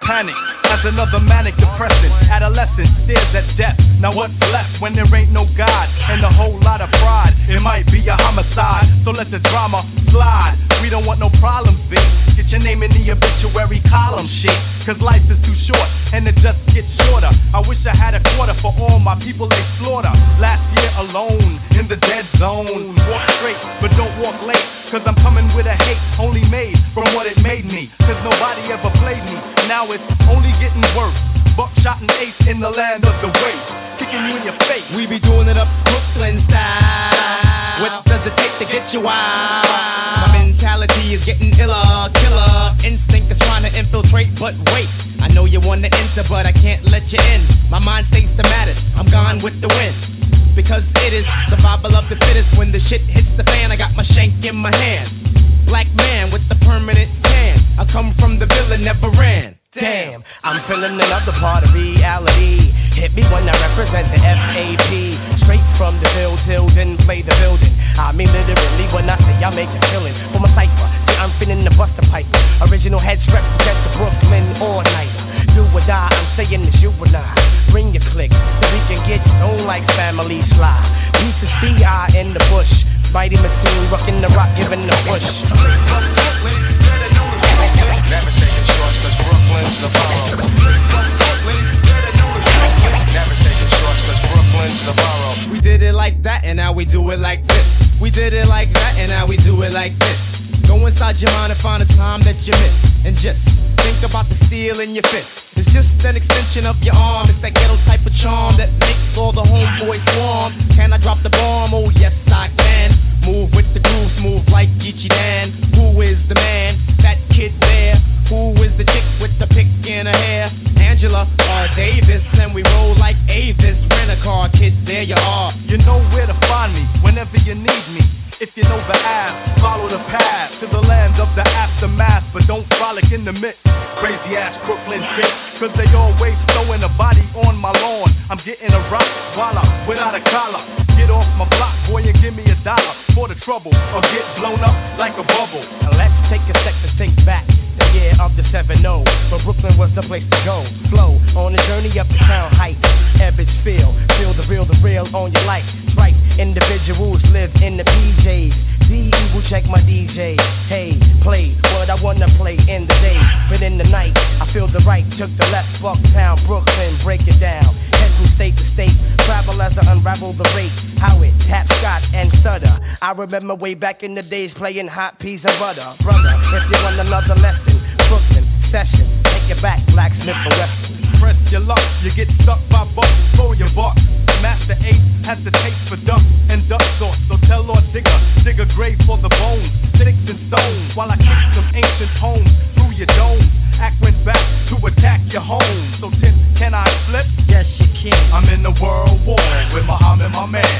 Speaker 12: Panic has another manic depression. Adolescent stares at death. Now what's left when there ain't no God and a whole lot of pride? It might be a homicide, so let the drama slide. We don't want no problems, B. Get your name in the obituary column, shit. Cause life is too short and it just gets shorter. I wish I had a quarter for all my people they slaughter. Last year alone in the dead zone. Walk straight, but don't walk late. Cause I'm coming with a hate only made from what it made me. Cause nobody ever played me. Now it's only getting worse. Buckshot and ace in the land of the waste. Kicking you in your face.
Speaker 13: We be doing it up Brooklyn style. What does it take to get you wild? My mentality is getting iller, killer. Instinct is trying to infiltrate, but wait. I know you wanna enter, but I can't let you in. My mind stays the maddest. I'm gone with the wind. Because it is survival of the fittest. When the shit hits the fan, I got my shank in my hand. Black man with the permanent tan. I come from the villa, never ran. Damn, I'm feeling another part of reality. Hit me when I represent the FAP. Straight from the field till then play the building. I mean literally when I say I make a killing. For my cipher, see I'm finna the buster pipe. Original heads represent the Brooklyn all night. Do or die, I'm saying it's you and I. Bring your click so we can get stoned like family sly. B to CI in the bush. Mighty Mateen rocking the rock, giving the push. We did it like that and now we do it like this. We did it like that and now we do it like this. Go inside your mind and find a time that you miss. And just think about the steel in your fist. It's just an extension of your arm. It's that ghetto type of charm that makes all the homeboys swarm. Can I drop the bomb? Oh, yes, I can. Move with the grooves, move like Geechee Dan. Who is the man? That kid there. Who is the chick with the pick in her hair? Angela or Davis, and we roll like Avis. Rent a car, kid, there you are.
Speaker 12: You know where to find me whenever you need me. If you know the app, follow the path to the land of the aftermath. But don't frolic in the midst. crazy ass Crooklyn kids. Cause they always throwing a body on my lawn. I'm getting a rock, voila, without a collar. Get off my block, boy, and give me a dollar for the trouble. Or get blown up like a bubble.
Speaker 14: Now let's take a sec to think back. The year of the 7 0. But Brooklyn was the place to go. Flow on a journey up the crown heights. Ebbets feel. Feel the real, the real on your life. Strike individuals live in the PJs. The evil E check my DJ. Hey, play what I wanna play in the day. But in the night, I feel the right. Took the left, Bucktown, Brooklyn, break it down. Heads from state to state. Travel as I unravel the rate. Howard, Tap Scott, and Sutter. I remember way back in the days playing hot peas and butter. Brother, if you want another lesson, Brooklyn session. Take it back, Blacksmith and Wesson.
Speaker 12: Press your luck, you get stuck by buck, roll your bucks. Master Ace has the taste for ducks and duck sauce, so tell Lord Digger, dig a grave for the bones, sticks and stones. While I kick some ancient homes through your domes, act went back to attack your homes. So Tim, can I flip?
Speaker 2: Yes, you can.
Speaker 12: I'm in the world war with Muhammad, my man.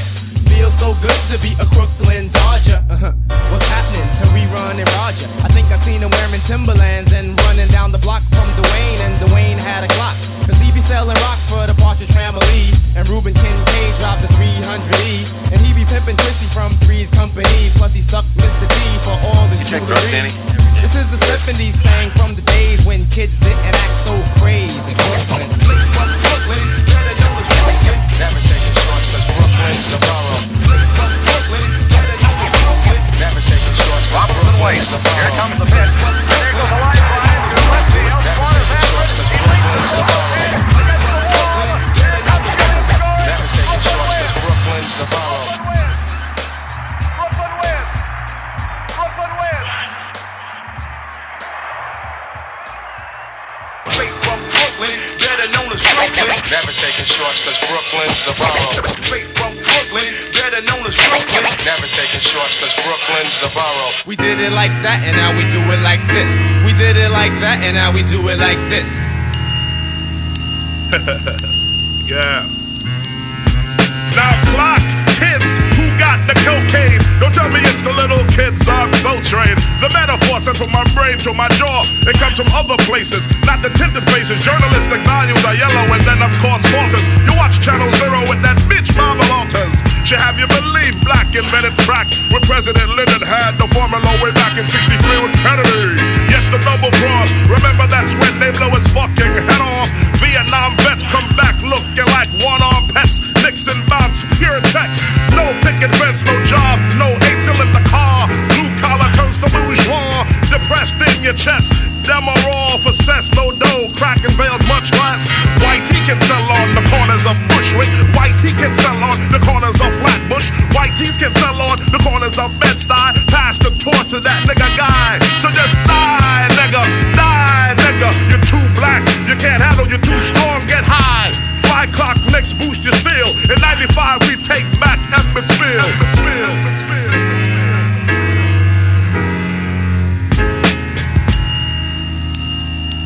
Speaker 14: Feels so good to be a Crooklyn Dodger. Uh-huh. What's happening to rerun and Roger? I think I seen him wearing Timberlands and running down the block from Dwayne, and Dwayne had a clock. Cause he be selling rock for the Partridge Family. And Ruben Kincaid drops a 300E. And he be pimping Chrissy from Three's Company. Plus he stuck Mr. T for all the
Speaker 8: You check drugs,
Speaker 14: jewelry.
Speaker 8: Danny?
Speaker 14: This is a 70s thing from the days when kids didn't act so crazy.
Speaker 8: Straight from Brooklyn, better known as Brooklyn. Never taking shorts cause Brooklyn's the borough. Straight from Brooklyn, better known as Brooklyn. Never taking shorts cause Brooklyn's the borough.
Speaker 13: We did it like that and now we do it like this. We did it like that and now we do it like this.
Speaker 15: yeah. Now block kids who got the cocaine. Don't tell me it's the little kids on Soul Train. The metaphor sent from my brain to my jaw. It comes from other places, not the tinted faces. Journalistic values are yellow and then of course falters. You watch Channel Zero with that bitch Mama Walters. Should have you believe black invented crack when President Lyndon had the formula way back in 63 with Kennedy. Yes, the double cross. Remember that's when they blow his fucking head off. Vietnam vets come back looking like one-armed pets. Nixon bombs, pure text. No picket fence, no job, no eight till in the car. Blue collar turns to bourgeois. Depressed in your chest. Demerol for cess, no dough. Cracking veils, much less. White he can sell on the corners of Bushwick. White he can sell on the corners of Flatbush. White tees can sell on the corners of Bed-Stuy. Pass the torch to that nigga guy. So just die, nigga. Die, nigga. You're too black. You can't handle. You're too strong. Get high. Five clock next boost you still. In 95 we take back Edmondsville. Edmondsville.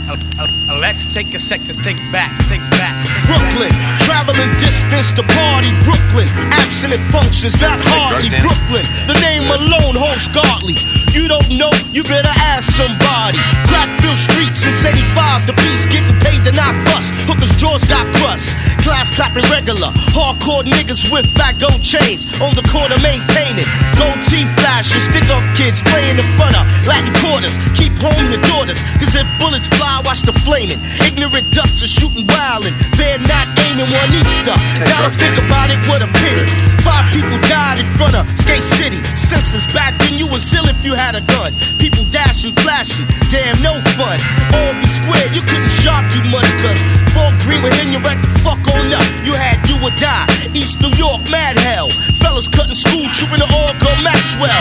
Speaker 14: Uh, uh, uh, Let's take a sec to think back, think back.
Speaker 16: Brooklyn, traveling distance to party Brooklyn. Absent in functions, not hardly Brooklyn. The name alone holds godly. You don't know, you better ask somebody. Crackfield streets since 85, the beats getting paid to not bust. Hookers' jaws got crust. Class clapping regular. Hardcore niggas with fat gold chains. On the corner maintaining. Gold teeth flashing. Stick up kids playing in front of Latin quarters. Keep home your daughters. Cause if bullets fly, watch the flaming. Ignorant ducks are shooting wild and they're not aiming one Easter. Gotta think about it, what a pity. Five people died in front of Skate City. Senseless back then, you was ill if you had a gun. People dashing, flashing, damn no fun. All be square, you couldn't shop too much, cause Fort Green with him, you at the fuck on up. You had do or die. East New York, mad hell. Fellas cutting school, trooping to all go Maxwell.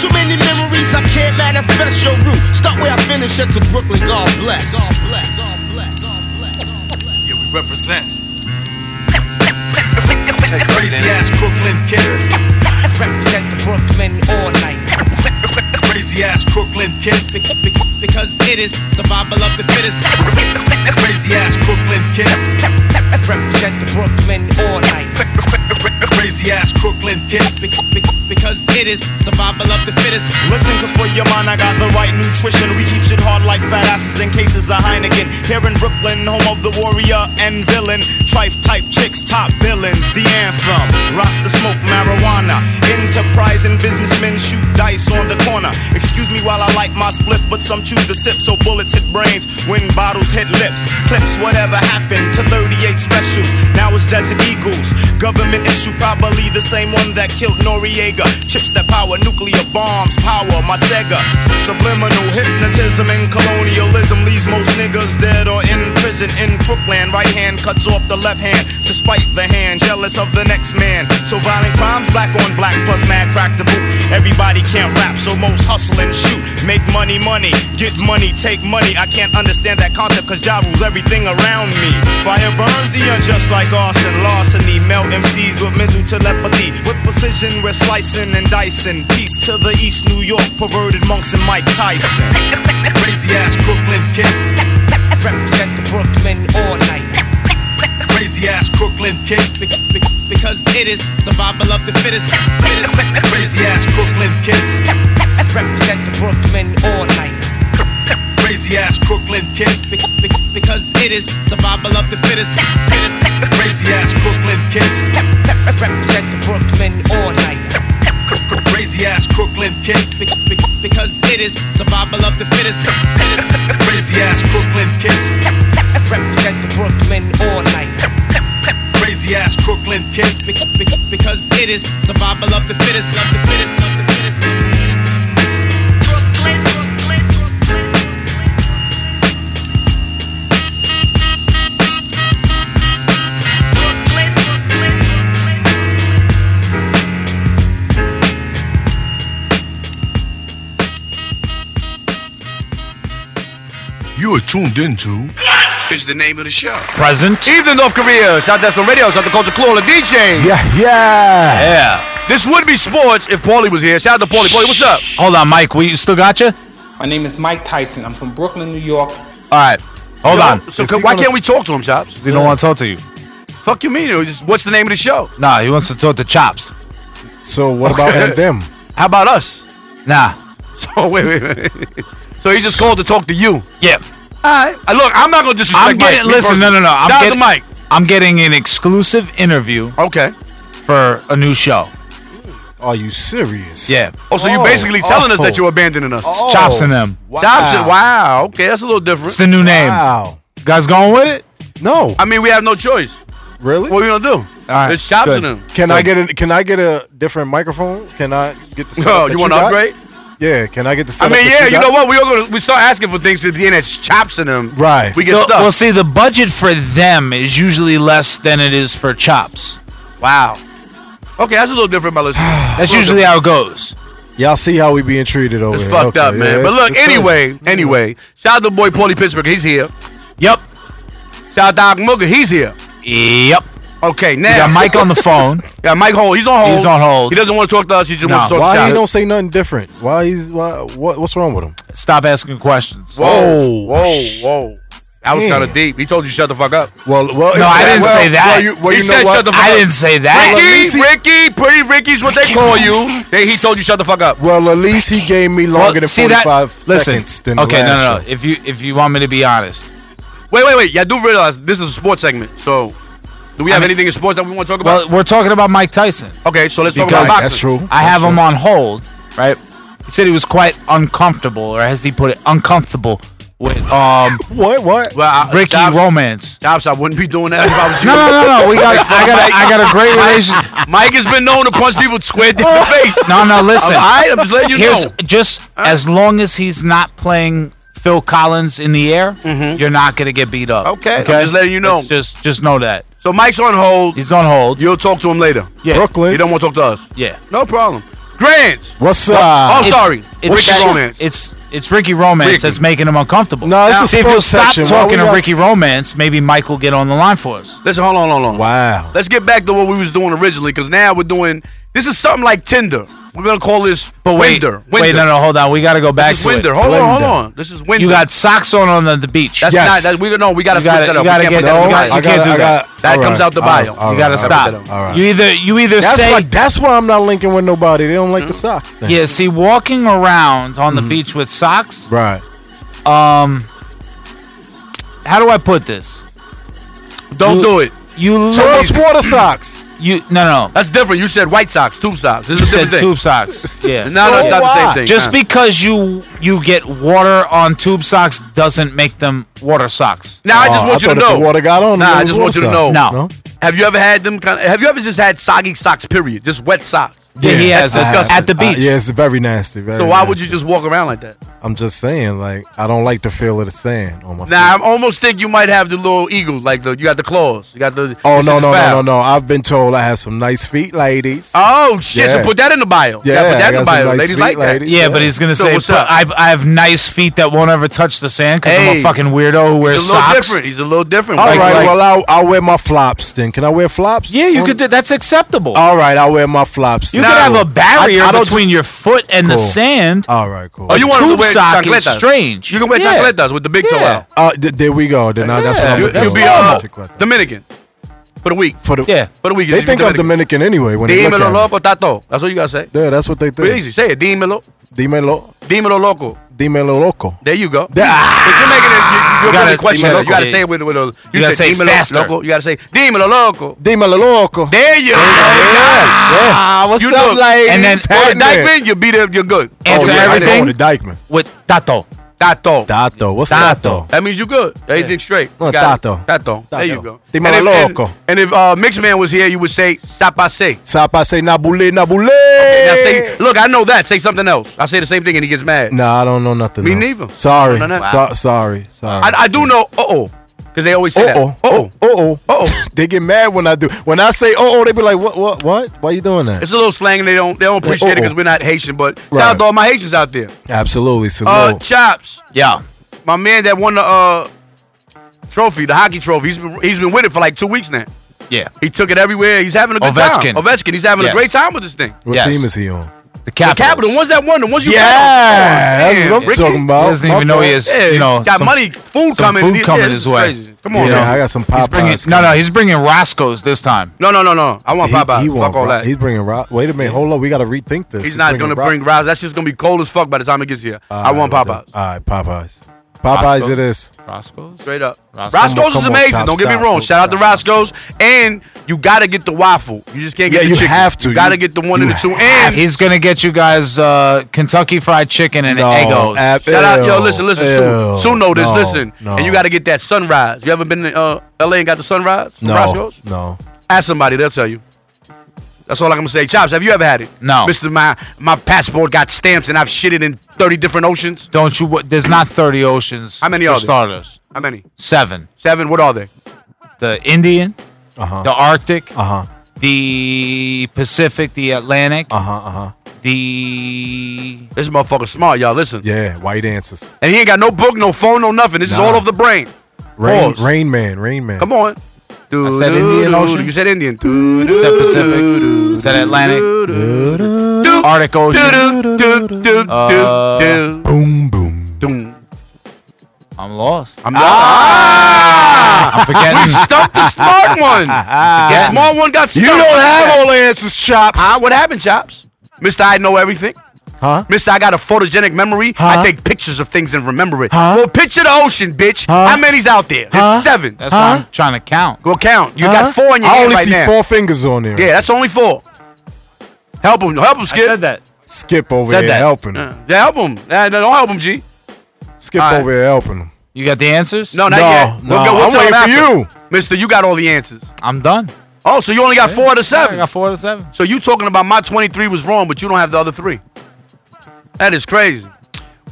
Speaker 16: So many memories, I can't manifest your route. Stop where I finish at to Brooklyn, God bless. God bless. God bless. God bless. Yeah, we represent.
Speaker 12: Crazy ass Crooklyn kids.
Speaker 14: Represent the Brooklyn all night.
Speaker 12: Crazy ass Crooklyn kids.
Speaker 14: Be- be- Because it is survival of the fittest.
Speaker 12: Crazy ass Crooklyn kids.
Speaker 14: Represent the Brooklyn all night.
Speaker 17: Crazy ass Crooklyn hits be- be- because it is survival of the fittest.
Speaker 18: Listen, cause for your mind, I got the right nutrition. We keep shit hard like fat asses in cases of Heineken. Here in Brooklyn, home of the warrior and villain. Trife type chicks, top villains, the anthem. Rasta smoke marijuana. Enterprising businessmen shoot dice on the corner. Excuse me while I light my split, but some choose to sip, so bullets hit brains when bottles hit lips. Clips, whatever happened to 38 specials. Now it's Desert Eagles. Government issue, probably the same one that killed Noriega. Chips that power nuclear bombs, power my Sega. Subliminal hypnotism and colonialism leaves most niggas dead or in prison in Brooklyn. Right hand cuts off the left hand to spite the hand, jealous of the next man. So violent crimes, black on black, plus mad crack the boot. Everybody can't rap, so most hustle and shoot. Make money, money, get money, take money. I can't understand that concept, cause Ja rules everything around me. Fire burns the unjust like arson, larceny. Melt MCs with mental telepathy. With precision, we're slicing and dicing. Peace to the East New York, perverted monks and Mike Tyson.
Speaker 17: Crazy ass Crooklyn kids represent the Brooklyn all night. Crazy ass Crooklyn kids be- be- because it is survival of the fittest. Crazy ass Crooklyn kids represent the Brooklyn all night. Crazy ass Crooklyn kids be- be- because it is survival of the fittest. Fittest. Crazy ass Crooklyn kids represent the Brooklyn all night. Crazy ass Crooklyn kids be- be- because it is survival of the fittest. Fittest. Crazy ass Crooklyn kids represent the Brooklyn all night. Crazy ass Crooklyn kids be- be- because it is survival of the fittest. Of the fittest. Of the fittest.
Speaker 9: You are tuned into
Speaker 6: Is the name of the show.
Speaker 5: Present.
Speaker 6: Evening, North Korea. South Destin Radio. South Dakota Clue. The DJ.
Speaker 3: Yeah, yeah.
Speaker 6: Yeah. This would be sports if Paulie was here. Shout out to Paulie. Paulie, what's up?
Speaker 5: Hold on, Mike. We you still got you?
Speaker 10: My name is Mike Tyson. I'm from Brooklyn, New York.
Speaker 5: All right. Hold
Speaker 6: Yo,
Speaker 5: on.
Speaker 6: So c- why can't we talk to him, Chops?
Speaker 5: He don't want to talk to you.
Speaker 6: Fuck you mean? Or just- What's the name of the show?
Speaker 5: Nah, he wants to talk to Chops.
Speaker 3: So what about and them?
Speaker 6: How about us?
Speaker 5: Nah.
Speaker 6: So Oh, wait, wait, wait. So he just called to talk to you.
Speaker 5: Yeah.
Speaker 6: All right. Uh, Look, I'm not gonna disrespect
Speaker 5: I'm getting.
Speaker 6: Mike. Me
Speaker 5: Listen, no,
Speaker 6: personally.
Speaker 5: no, no.
Speaker 6: Shout
Speaker 5: I'm
Speaker 6: out to
Speaker 5: getting,
Speaker 6: Mike.
Speaker 5: I'm getting an exclusive interview.
Speaker 6: Okay.
Speaker 5: For a new show.
Speaker 3: Are you serious?
Speaker 5: Yeah.
Speaker 6: Oh, so you're basically telling us that you're abandoning us.
Speaker 5: Oh. It's Chops and them.
Speaker 6: Wow. Chops and wow. Okay, that's a little different.
Speaker 5: It's the new name.
Speaker 6: Wow.
Speaker 5: You guys going with it?
Speaker 3: No.
Speaker 6: I mean, we have no choice.
Speaker 3: Really?
Speaker 6: What are we gonna do? All
Speaker 5: right.
Speaker 6: It's Chops and them.
Speaker 3: Can I get a Can I get a different microphone? Can I get the?
Speaker 6: No,
Speaker 3: setup
Speaker 6: you
Speaker 3: that
Speaker 6: wanna
Speaker 3: got?
Speaker 6: upgrade?
Speaker 3: Yeah. Can I get the?
Speaker 6: I
Speaker 3: Setup
Speaker 6: mean,
Speaker 3: that
Speaker 6: yeah, you
Speaker 3: got?
Speaker 6: know what? We all gonna we start asking for things to be in it's chops in them.
Speaker 3: Right.
Speaker 6: We get
Speaker 5: Oh. well,
Speaker 6: stuck.
Speaker 5: well, see, the budget for them is usually less than it is for Chops.
Speaker 6: Wow. Okay, that's a little different, my listener.
Speaker 5: That's usually how it goes.
Speaker 3: Y'all see how we being treated over
Speaker 6: It's
Speaker 3: here.
Speaker 6: fucked
Speaker 3: Okay,
Speaker 6: up, man.
Speaker 3: yeah,
Speaker 6: but
Speaker 3: it's-
Speaker 6: look,
Speaker 3: it's crazy.
Speaker 6: anyway, anyway, shout out to the boy Paulie Pittsburgh. He's here.
Speaker 5: Yep.
Speaker 6: Shout out to Mugger. He's here.
Speaker 5: Yep.
Speaker 6: Okay, now.
Speaker 5: got Mike on the phone.
Speaker 6: yeah, Mike hold. He's on hold.
Speaker 5: He's on hold.
Speaker 6: He doesn't want to talk to us. He just wants to talk to
Speaker 3: Why
Speaker 6: Chops.
Speaker 3: he don't say nothing different? Why he's why, what what's wrong with him?
Speaker 5: Stop asking questions.
Speaker 6: Whoa, whoa, whoa. That was kind of deep. He told you shut the fuck up.
Speaker 3: Well, well,
Speaker 5: No, I didn't say that.
Speaker 6: he said shut the fuck
Speaker 5: I
Speaker 6: up.
Speaker 5: didn't say that.
Speaker 6: Ricky, Ricky, pretty Ricky's what they call you. They, he told you shut the fuck up.
Speaker 3: Well, at least he gave me longer than
Speaker 5: see that?
Speaker 3: 45
Speaker 5: Listen.
Speaker 3: seconds than the
Speaker 5: okay, no,
Speaker 3: last
Speaker 5: no,
Speaker 3: show.
Speaker 5: no. If you if you want me to be honest,
Speaker 6: Wait, wait, wait. Y'all do realize this is a sports segment. So, do we have anything in sports that we want to talk about?
Speaker 5: well, we're talking about Mike Tyson.
Speaker 6: okay, so let's talk about
Speaker 5: Because
Speaker 6: boxing.
Speaker 5: I have him on hold, right? He said he was quite uncomfortable, or as he put it, uncomfortable with um
Speaker 3: What? What?
Speaker 6: Well, I,
Speaker 5: Ricky
Speaker 6: Chops,
Speaker 5: Romance.
Speaker 6: Chops, I wouldn't be doing that if I was you.
Speaker 5: No, no, no, no. We got. I got. a- I got a great relationship.
Speaker 6: Mike has been known to punch people square in the face.
Speaker 5: No, no. Listen.
Speaker 6: All right, I'm just letting you
Speaker 5: Here's
Speaker 6: know.
Speaker 5: just as long as he's not playing Phil Collins in the air, you're not gonna get beat up.
Speaker 6: Mm-hmm. Okay, I'm just letting you know.
Speaker 5: Let's just just know that
Speaker 6: So Mike's on hold.
Speaker 5: he's on hold.
Speaker 6: You'll talk to him later.
Speaker 5: Yeah.
Speaker 3: Brooklyn.
Speaker 6: He don't want to talk to us.
Speaker 5: Yeah.
Speaker 6: No problem. Grant.
Speaker 3: What's up?
Speaker 6: I'm
Speaker 5: It's-
Speaker 6: sorry.
Speaker 5: oh, It's
Speaker 6: Ricky
Speaker 5: that-
Speaker 6: Romance.
Speaker 5: It's it's Ricky Romance
Speaker 6: Ricky.
Speaker 5: that's making him uncomfortable.
Speaker 3: No, it's a
Speaker 5: See, if you
Speaker 3: sports
Speaker 5: stop
Speaker 3: section. Why
Speaker 5: talking
Speaker 3: we
Speaker 5: to
Speaker 3: got-
Speaker 5: Ricky Romance, maybe Mike will get on the line for us.
Speaker 6: Listen, hold on, hold on.
Speaker 3: Wow.
Speaker 6: Let's get back to what we was doing originally, because now we're doing this is something like Tinder. We're gonna call this
Speaker 5: But wait,
Speaker 6: Winder.
Speaker 5: wait,
Speaker 6: Winder.
Speaker 5: no, no, hold on. We got to go back
Speaker 6: This is
Speaker 5: to
Speaker 6: Winder.
Speaker 5: It.
Speaker 6: Hold on, hold on. This is Winder.
Speaker 5: You got socks on on the, the beach.
Speaker 6: That's not. That, we no. We gotta
Speaker 5: You
Speaker 6: switch that
Speaker 5: gotta- you
Speaker 6: up.
Speaker 5: gotta
Speaker 6: we can't
Speaker 5: get
Speaker 6: put that.
Speaker 5: no,
Speaker 6: in.
Speaker 5: I
Speaker 6: you can't
Speaker 5: gotta-
Speaker 6: do
Speaker 5: I
Speaker 6: that.
Speaker 5: gotta-
Speaker 6: That
Speaker 5: all
Speaker 6: comes
Speaker 5: right,
Speaker 6: out the
Speaker 5: all right,
Speaker 6: bio.
Speaker 5: all
Speaker 6: you
Speaker 5: right,
Speaker 6: gotta
Speaker 5: all
Speaker 6: stop.
Speaker 5: right. All right. You either you either
Speaker 3: that's
Speaker 5: say
Speaker 3: why, that's why I'm not linking with nobody. They don't like the
Speaker 6: Hmm?
Speaker 3: socks. Thing.
Speaker 5: yeah. See, walking around on
Speaker 6: Mm-hmm.
Speaker 5: the beach with socks.
Speaker 3: Right.
Speaker 5: Um, how do I put this?
Speaker 6: Don't
Speaker 5: You-
Speaker 6: do it.
Speaker 5: You
Speaker 6: So
Speaker 5: look-
Speaker 6: it's water socks.
Speaker 5: You no no.
Speaker 6: That's different. You said white socks, tube socks. This
Speaker 5: You
Speaker 6: is a
Speaker 5: said
Speaker 6: different thing.
Speaker 5: tube socks. Yeah.
Speaker 6: No, no, it's not the same thing.
Speaker 5: Oh, Just
Speaker 6: Nah.
Speaker 5: because you you get water on tube socks doesn't make them water socks.
Speaker 6: Now I
Speaker 3: Oh,
Speaker 6: just want you to know. Nah, I just want you to know.
Speaker 5: No.
Speaker 6: Have you ever had them kind? Of, have you ever just had soggy socks? Period. Just wet socks. That's
Speaker 3: I have.
Speaker 6: disgusting.
Speaker 3: I- Uh, yeah, it's very nasty. Very
Speaker 6: so why
Speaker 3: nasty.
Speaker 6: would you just walk around like that?
Speaker 3: I'm just saying, like, I don't like the feel of the sand on my feet.
Speaker 6: Now I almost think you might have the little eagles, like the you got the claws, you got the.
Speaker 3: Oh
Speaker 6: this
Speaker 3: no
Speaker 6: is
Speaker 3: no no
Speaker 6: foul.
Speaker 3: no no! I've been told I have some nice feet, ladies.
Speaker 6: Oh shit! So put that in the bio. You gotta
Speaker 3: Yeah,
Speaker 6: put that
Speaker 3: I
Speaker 6: in the
Speaker 3: got some
Speaker 6: bio.
Speaker 3: nice
Speaker 6: Ladies
Speaker 3: feet,
Speaker 6: like that.
Speaker 3: ladies.
Speaker 5: Yeah, but he's gonna
Speaker 6: So
Speaker 5: say,
Speaker 6: what's
Speaker 5: "But
Speaker 6: up?
Speaker 5: I, I have nice feet that won't ever touch the sand because I'm
Speaker 6: Hey.
Speaker 5: a fucking weirdo who wears
Speaker 6: He's a little
Speaker 5: socks.
Speaker 6: different. He's a little different.
Speaker 3: All right,
Speaker 6: Like- like-
Speaker 3: well I'll, I'll wear my flops then. Can I wear flops?
Speaker 5: Yeah, you could. Do, that's acceptable.
Speaker 3: All right, I'll wear my flops.
Speaker 5: You
Speaker 3: then.
Speaker 5: could have a barrier
Speaker 3: I- I don't
Speaker 5: between
Speaker 3: just-
Speaker 5: your foot and the
Speaker 3: Cool.
Speaker 5: sand.
Speaker 3: All right, cool.
Speaker 5: Oh, you want to wear sock is strange.
Speaker 6: You can wear
Speaker 5: Yeah.
Speaker 6: chancletas with the big toe
Speaker 5: Yeah.
Speaker 6: out.
Speaker 3: Uh, th- there we go. Then I- that's what I'm
Speaker 6: you,
Speaker 3: gonna do.
Speaker 6: will be uh, Dominican for the week.
Speaker 3: for the
Speaker 5: yeah
Speaker 6: for the week.
Speaker 3: They think I'm Dominican anyway when they look
Speaker 6: Dímelo
Speaker 3: at me.
Speaker 6: loco, tato. That's what you gotta say.
Speaker 3: Yeah, that's what they
Speaker 6: Real
Speaker 3: think.
Speaker 6: easy. Say it. Dímelo.
Speaker 3: Dímelo,
Speaker 6: Dímelo loco.
Speaker 3: dímelo loco. Oh,
Speaker 6: There you go. Ah. But you're making it. You,
Speaker 3: You
Speaker 6: you're
Speaker 3: gotta-
Speaker 6: really questioning
Speaker 3: dímelo
Speaker 6: it. You gotta
Speaker 3: loco.
Speaker 6: say it with, with a. You,
Speaker 3: You
Speaker 6: said
Speaker 3: gotta say it
Speaker 6: dímelo
Speaker 3: faster.
Speaker 6: loco. You gotta say dímelo loco.
Speaker 3: Dímelo loco.
Speaker 6: There you go.
Speaker 3: Ah, what's
Speaker 6: you
Speaker 3: up,
Speaker 6: look.
Speaker 3: ladies?
Speaker 6: And then
Speaker 3: What's
Speaker 6: for the
Speaker 3: happening?
Speaker 6: Dykeman, you beat up. You're good.
Speaker 3: Answer
Speaker 6: I know.
Speaker 3: everything? Oh, the Dykeman.
Speaker 5: With tato.
Speaker 6: Tato.
Speaker 3: Tato. What's tato?
Speaker 6: That means you good. Everything straight.
Speaker 3: No,
Speaker 6: You got it.
Speaker 3: tato.
Speaker 6: Tato. There you go.
Speaker 3: Dímelo
Speaker 6: and if,
Speaker 3: loco.
Speaker 6: And, and if uh, Mixed Man was here, you would say sapase.
Speaker 3: Sapase nabule nabule.
Speaker 6: Now say, look, I know that. Say something else. I say the same thing and he gets mad.
Speaker 3: Nah, I don't know nothing.
Speaker 6: Me
Speaker 3: else.
Speaker 6: neither.
Speaker 3: Sorry.
Speaker 6: I don't know that.
Speaker 3: So- sorry. Sorry.
Speaker 6: I, I do know. Uh oh, because they always say
Speaker 3: Uh-oh.
Speaker 6: that. Uh
Speaker 3: oh. Uh oh. They get mad when I do. When I say oh oh, they be like, what what what? Why you doing that?
Speaker 6: It's a little slang and they don't they don't appreciate it
Speaker 3: Uh-oh.
Speaker 6: because we're not Haitian. But shout out
Speaker 3: Right.
Speaker 6: to all my Haitians out there.
Speaker 3: Absolutely. Salute.
Speaker 6: Uh, Chops,
Speaker 5: Yeah.
Speaker 6: my man that won the uh, trophy, the hockey trophy. He's been he's been with it for like two weeks now.
Speaker 5: Yeah.
Speaker 6: He took it everywhere. He's having a good
Speaker 5: Ovechkin.
Speaker 6: time. Ovechkin. He's having
Speaker 5: Yes.
Speaker 6: a great time with this thing.
Speaker 3: what
Speaker 5: yes.
Speaker 3: team is he on?
Speaker 6: The
Speaker 5: The capital.
Speaker 6: Capital. The ones that won. The ones you
Speaker 3: Yeah,
Speaker 6: got.
Speaker 3: that's what I'm talking about.
Speaker 5: He doesn't even know he is.
Speaker 6: Yeah,
Speaker 5: you know,
Speaker 6: he's got
Speaker 5: some-
Speaker 6: money, food
Speaker 5: some
Speaker 6: coming.
Speaker 5: Food
Speaker 6: Yeah,
Speaker 5: coming
Speaker 6: this
Speaker 5: his
Speaker 6: is
Speaker 5: way.
Speaker 6: crazy. Come on,
Speaker 5: you
Speaker 3: yeah,
Speaker 5: know.
Speaker 3: I got some
Speaker 5: He's bringing,
Speaker 3: Popeyes.
Speaker 5: no, no, he's bringing Roscoe's this time.
Speaker 6: No, no, no, no. I want
Speaker 3: He-
Speaker 6: Popeye.
Speaker 3: He,
Speaker 6: Fuck
Speaker 3: won't-
Speaker 6: all that.
Speaker 3: He's bringing Rob. Wait a minute. Hold on. We got to rethink this.
Speaker 6: He's, not gonna
Speaker 3: Rob-
Speaker 6: bring Rouse. That's just gonna be cold as fuck by the time it gets here. I want
Speaker 3: All right,
Speaker 6: Popeyes.
Speaker 3: All right, Popeyes. Popeyes,
Speaker 6: Roscoe.
Speaker 3: it is.
Speaker 5: Roscoe's?
Speaker 6: Straight up.
Speaker 5: Roscoe.
Speaker 6: Roscoe's
Speaker 3: Come on,
Speaker 6: is
Speaker 3: come on,
Speaker 6: amazing.
Speaker 3: Top
Speaker 6: Don't get me
Speaker 3: Stop,
Speaker 6: wrong.
Speaker 3: Top
Speaker 6: Shout out to Roscoe's. And you gotta get the waffle. You just can't get the
Speaker 3: Yeah, you
Speaker 6: chicken.
Speaker 3: have to.
Speaker 6: You gotta
Speaker 3: You-
Speaker 6: get the one and the two.
Speaker 5: And
Speaker 6: And
Speaker 5: he's gonna get you guys uh, Kentucky Fried Chicken and
Speaker 3: No,
Speaker 5: Eggos.
Speaker 3: ab-
Speaker 6: shout out, yo,
Speaker 3: ew,
Speaker 6: listen, listen,
Speaker 3: ew,
Speaker 6: Sue. Sue know this,
Speaker 3: no,
Speaker 6: listen.
Speaker 3: no.
Speaker 6: And you gotta get that sunrise. You ever been to uh, LA and got the sunrise? from
Speaker 3: No,
Speaker 6: Roscoe's?
Speaker 3: no.
Speaker 6: Ask somebody, they'll tell you. That's all I'm gonna say. Chops, have you ever had it?
Speaker 5: No.
Speaker 6: Mister, my my passport got stamps and I've shitted in 30 different oceans.
Speaker 5: Don't you? wa- There's not 30 oceans.
Speaker 6: How many
Speaker 5: for
Speaker 6: are there?
Speaker 5: starters?
Speaker 6: How many?
Speaker 5: Seven.
Speaker 6: Seven, what are they?
Speaker 5: The Indian,
Speaker 3: Uh-huh.
Speaker 5: the Arctic,
Speaker 3: uh-huh.
Speaker 5: the Pacific, the Atlantic,
Speaker 3: Uh huh. Uh huh.
Speaker 5: the
Speaker 6: This motherfucker smart, y'all. Listen.
Speaker 3: Yeah. White answers.
Speaker 6: And he ain't got no book, no phone, no nothing. This is
Speaker 3: Nah.
Speaker 6: all over the brain.
Speaker 3: Rain,
Speaker 6: Pause.
Speaker 3: Rain Man. Rain Man.
Speaker 6: Come on.
Speaker 5: I said Indian Ocean.
Speaker 6: You said Indian.
Speaker 5: I said Pacific, I said Atlantic, Arctic Ocean. Uh,
Speaker 3: Boom. Boom.
Speaker 5: I'm lost.
Speaker 6: I'm ah!
Speaker 5: I'm forgetting.
Speaker 6: We stumped the smart one. the smart one got
Speaker 3: You
Speaker 6: stumped.
Speaker 3: don't have all the answers, chops.
Speaker 6: Huh? Ah, What happened, Chops? Mister, I know everything.
Speaker 3: Huh?
Speaker 6: Mister, I got a photogenic memory. I
Speaker 3: Huh?
Speaker 6: take pictures of things and remember it.
Speaker 3: Huh?
Speaker 6: Well, picture the ocean, bitch. How many's out there?
Speaker 3: Huh?
Speaker 6: It's seven.
Speaker 5: That's why I'm trying to count.
Speaker 6: Well, count. You
Speaker 3: Huh?
Speaker 6: got four in your
Speaker 3: I
Speaker 6: hand
Speaker 3: only
Speaker 6: right
Speaker 3: see
Speaker 6: now.
Speaker 3: four fingers on there.
Speaker 6: Yeah, that's only four. Help him. Help him,
Speaker 5: I
Speaker 6: Skip.
Speaker 5: said that.
Speaker 3: Skip over
Speaker 5: Said
Speaker 3: here
Speaker 5: that.
Speaker 3: helping him.
Speaker 6: Yeah, help him. Nah, no, don't help him, G.
Speaker 3: Skip
Speaker 6: All right.
Speaker 3: over here helping him.
Speaker 5: You got the answers?
Speaker 6: No, not
Speaker 3: No,
Speaker 6: yet.
Speaker 3: no, I'm
Speaker 6: tell him
Speaker 3: waiting for
Speaker 6: after. Mister, you got all the answers.
Speaker 5: I'm done.
Speaker 6: Oh, so you only got four out of
Speaker 5: I
Speaker 6: seven.
Speaker 5: got four out of seven.
Speaker 6: So you talking about my 23 was wrong, but you don't have the other three. That is crazy.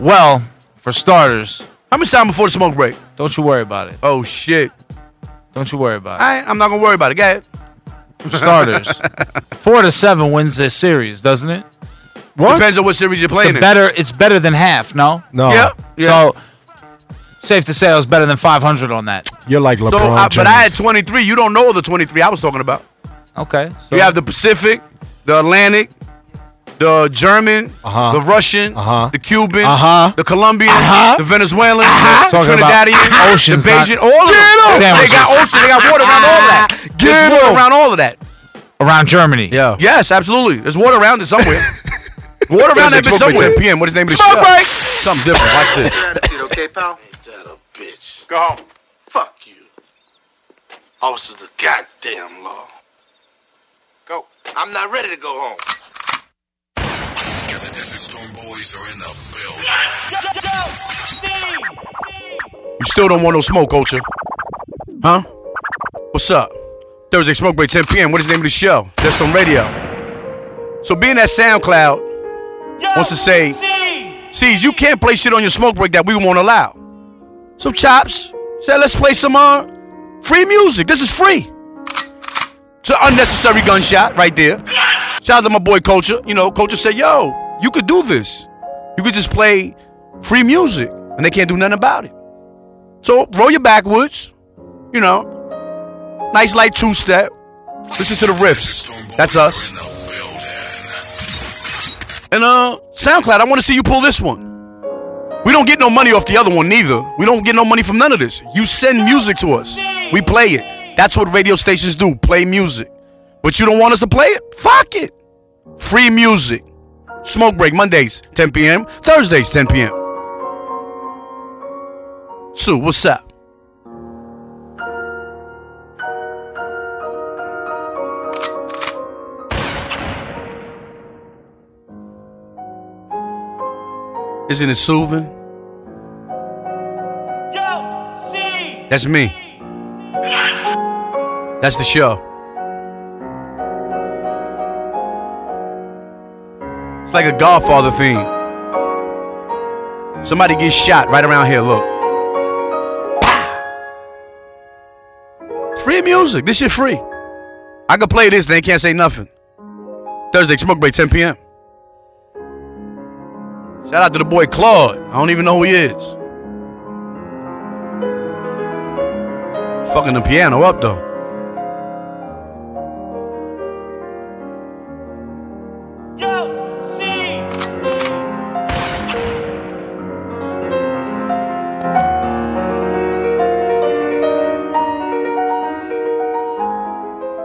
Speaker 5: Well, for starters,
Speaker 6: How much time before the smoke break?
Speaker 5: don't you worry about it.
Speaker 6: Oh, shit.
Speaker 5: Don't you worry about it.
Speaker 6: All right, I'm not going to worry about it. Go ahead.
Speaker 5: For starters, four to seven wins this series, doesn't it?
Speaker 3: What?
Speaker 6: Depends on what series you're
Speaker 5: It's
Speaker 6: playing
Speaker 5: the
Speaker 6: in.
Speaker 5: better. It's better than half. No.
Speaker 3: No,
Speaker 6: Yeah. yeah.
Speaker 5: So safe to say I was better than 500 on that.
Speaker 3: you're like LeBron
Speaker 6: So, I,
Speaker 3: James.
Speaker 6: but I had 23. You don't know the 23 I was talking about.
Speaker 5: Okay. So
Speaker 6: You have the Pacific, the Atlantic, the the German,
Speaker 5: Uh-huh.
Speaker 6: the Russian, the Cuban, the Colombian, the Venezuelan, the
Speaker 5: Uh-huh. Talking about
Speaker 6: Trinidadian, the
Speaker 5: oceans, not
Speaker 6: Bajan, all of them. They got
Speaker 5: sandwiches.
Speaker 6: ocean, they got water around all that. There's water around all of that.
Speaker 5: around Germany.
Speaker 6: Yeah. Yes, absolutely. There's water around it somewhere. water around that bitch somewhere.
Speaker 4: 10 p.m. What is the name of the
Speaker 6: Smoke
Speaker 4: show?
Speaker 6: break! Something different. Watch this.
Speaker 4: okay, pal? that a bitch. Go home. Fuck you. Officer the goddamn law. Go. I'm not ready to go home.
Speaker 9: The Desert Storm Boys are in the building.
Speaker 6: You still don't want no smoke, Ultra. Huh? What's up? Thursday Smoke Break, 10 p.m. What is the name of the show? That's on radio. So being that SoundCloud wants to say, see, you can't play shit on your smoke break that we won't allow. So Chops said, let's play some uh, free music. This is free. It's an unnecessary gunshot right there. Shout out to my boy Culture. You know, Culture said, yo, you could do this. You could just play free music, and they can't do nothing about it. So roll your backwards, you know. Nice light two step. Listen to the riffs. That's us. And uh, SoundCloud, I want to see you pull this one. We don't get no money off the other one neither. We don't get no money from none of this. You send music to us. We play it. That's what radio stations do. Play music. But you don't want us to play it? Fuck it. Free music. Smoke break Mondays, 10 p.m. Thursdays, 10 p.m. Sue, what's up? Isn't it soothing? That's me. That's the show. It's like a Godfather theme. Somebody gets shot right around here. Look. Pow! Free music. This shit free. I could play this, they can't say nothing. Thursday, smoke break, 10 p.m. Shout out to the boy Claude. I don't even know who he is. Fucking the piano up though.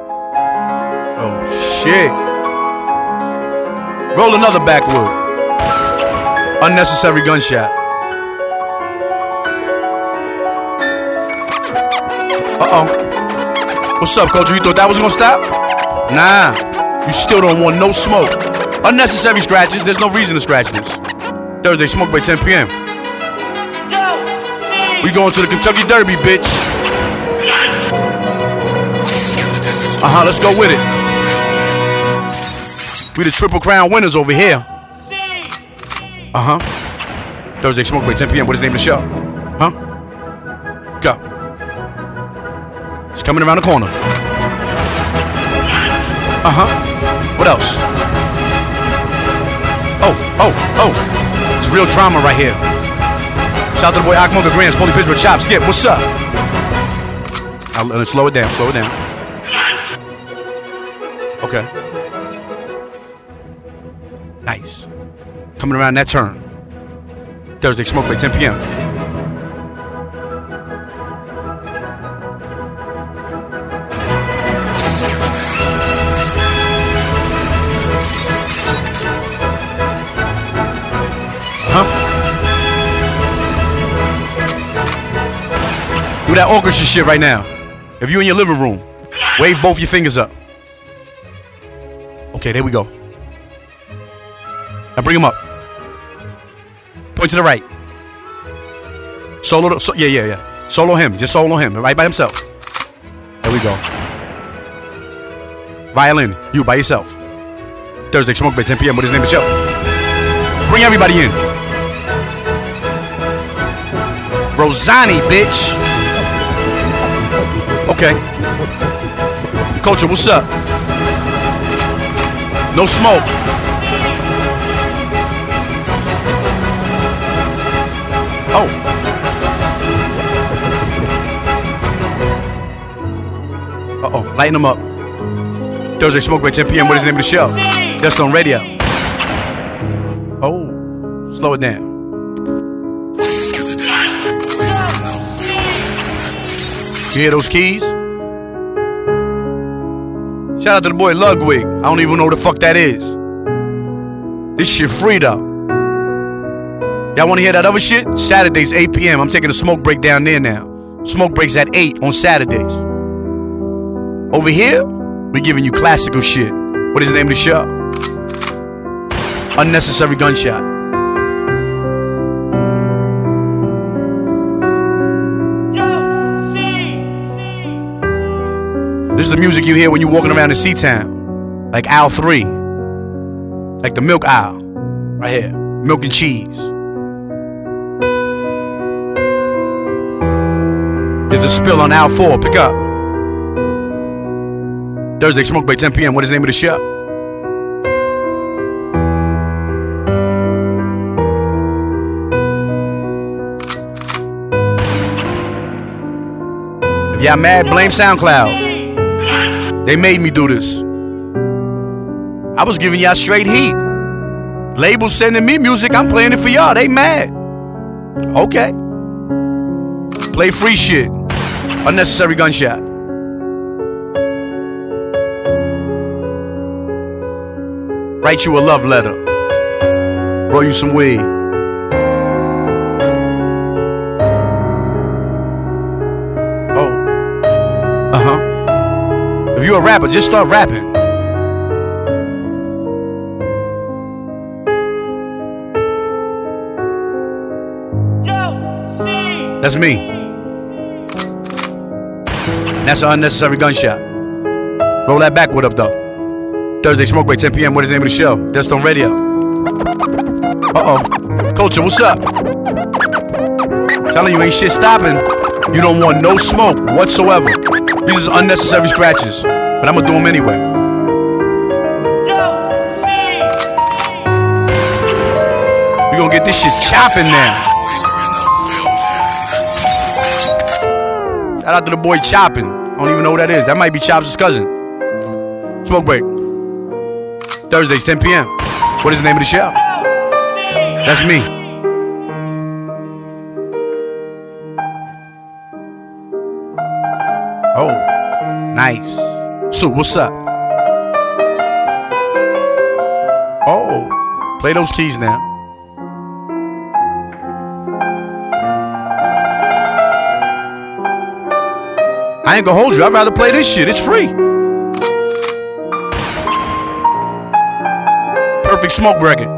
Speaker 6: Oh Shit. Roll another backward. Unnecessary gunshot. Uh oh. What's up, Coach? You thought that was gonna stop? Nah. You still don't want no smoke. Unnecessary scratches. There's no reason to scratch this. Thursday, smoke by 10 p.m. We going to the Kentucky Derby, bitch. Uh huh. Let's go with it. We the Triple Crown winners over here. Uh huh. Thursday smoke break 10 p.m. What is the name of the show? Huh? Go. It's coming around the corner. Uh huh. What else? Oh, oh, oh. It's real drama right here. Shout out to the boy Akmoga Grand, Spoli Pittsburgh Chop. Skip, what's up? I'll, uh, slow it down, slow it down. Okay. Nice. Coming around that turn. Thursday, smoke break, 10 p.m. Huh? Uh-huh. Do that orchestra shit right now. If you're in your living room, wave both your fingers up. Okay, there we go. Now bring him up. Point to the right. Solo, so, yeah, yeah, yeah. Solo him. Just solo him. Right by himself. There we go. Violin, you by yourself. Thursday, smoke break, 10 p.m. What is his name? Michelle. Bring everybody in. Rosani, bitch. Okay. Culture, what's up? No smoke. Oh. Uh oh, lighten them up. Thursday Smoke Break, 10 p.m. What is the name of the show? That's on radio. Oh, slow it down. You hear those keys? Shout out to the boy Ludwig. I don't even know who the fuck that is. This shit free though. Y'all want to hear that other shit? Saturdays, 8 p.m. I'm taking a smoke break down there now. Smoke breaks at 8 on Saturdays. Over here, we're giving you classical shit. What is the name of the show? Unnecessary Gunshot. This is the music you hear when you're walking around in Seatown. Like aisle three. Like the milk aisle. Right here. Milk and cheese. There's a spill on aisle four. Pick up. Thursday, Smoke Break, 10 p.m. What is the name of the show? If y'all mad, blame SoundCloud. They made me do this. I was giving y'all straight heat. Labels sending me music, I'm playing it for y'all. They mad. Okay. Play free shit. Unnecessary gunshot. Write you a love letter. Roll you some weed. Oh. Uh huh. If you're a rapper, just start rapping. That's me. That's an unnecessary gunshot. Roll that backward up though. Thursday smoke break 10 p.m. What is the name of the show? That's on radio. Uh oh. Culture, what's up? Telling you ain't shit stopping. You don't want no smoke whatsoever. These is unnecessary scratches, but I'm gonna do them anyway. We gonna get this shit chopping now. Shout out to the boy Chopping. I don't even know who that is. That might be Chops' cousin. Smoke break. Thursdays, 10 p.m. What is the name of the show? That's me. Oh, nice. So, what's up? Oh, play those keys now. I ain't gonna hold you. I'd rather play this shit. It's free. Perfect smoke record.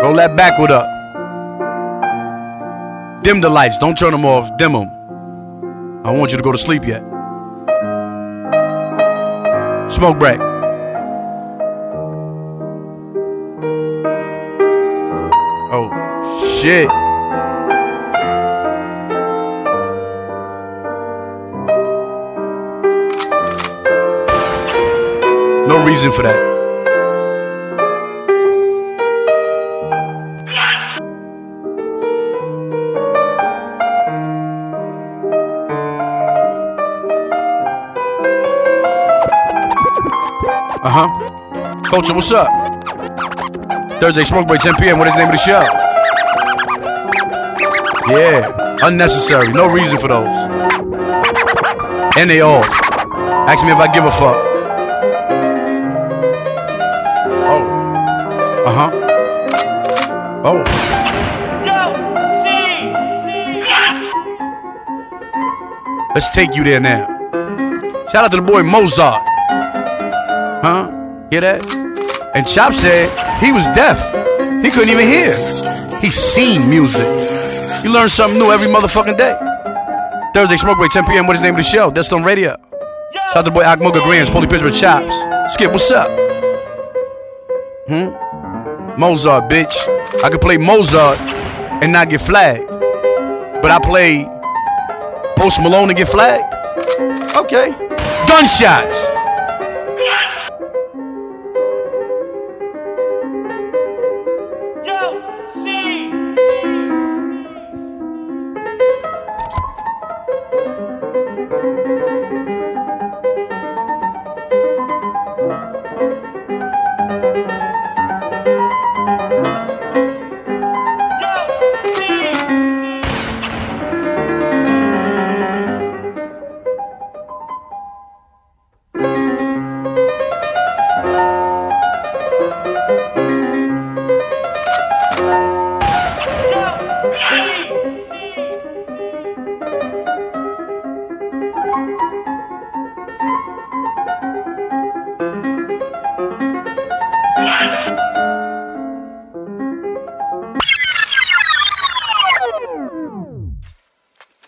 Speaker 6: Roll that backward up. Dim the lights. Don't turn them off. Dim them. I don't want you to go to sleep yet. Smoke break. Oh, shit. No reason for that. Uh huh. Culture, what's up? Thursday smoke break 10 p.m. What is the name of the show? Yeah, unnecessary. No reason for those. And they off. Ask me if I give a fuck. Oh. Uh huh. Oh. Let's take you there now. Shout out to the boy Mozart. Huh? Hear that? And Chop said he was deaf. He couldn't even hear. He seen music. You learn something new every motherfucking day. Thursday, Smoke Break, 10 p.m. What is the name of the show? That's on radio. Shout out to the boy Akmoga Grands, Polly Pitcher with Chops. Skip, what's up? Hmm? Mozart, bitch. I could play Mozart and not get flagged. But I play Post Malone and get flagged? Okay. Gunshots!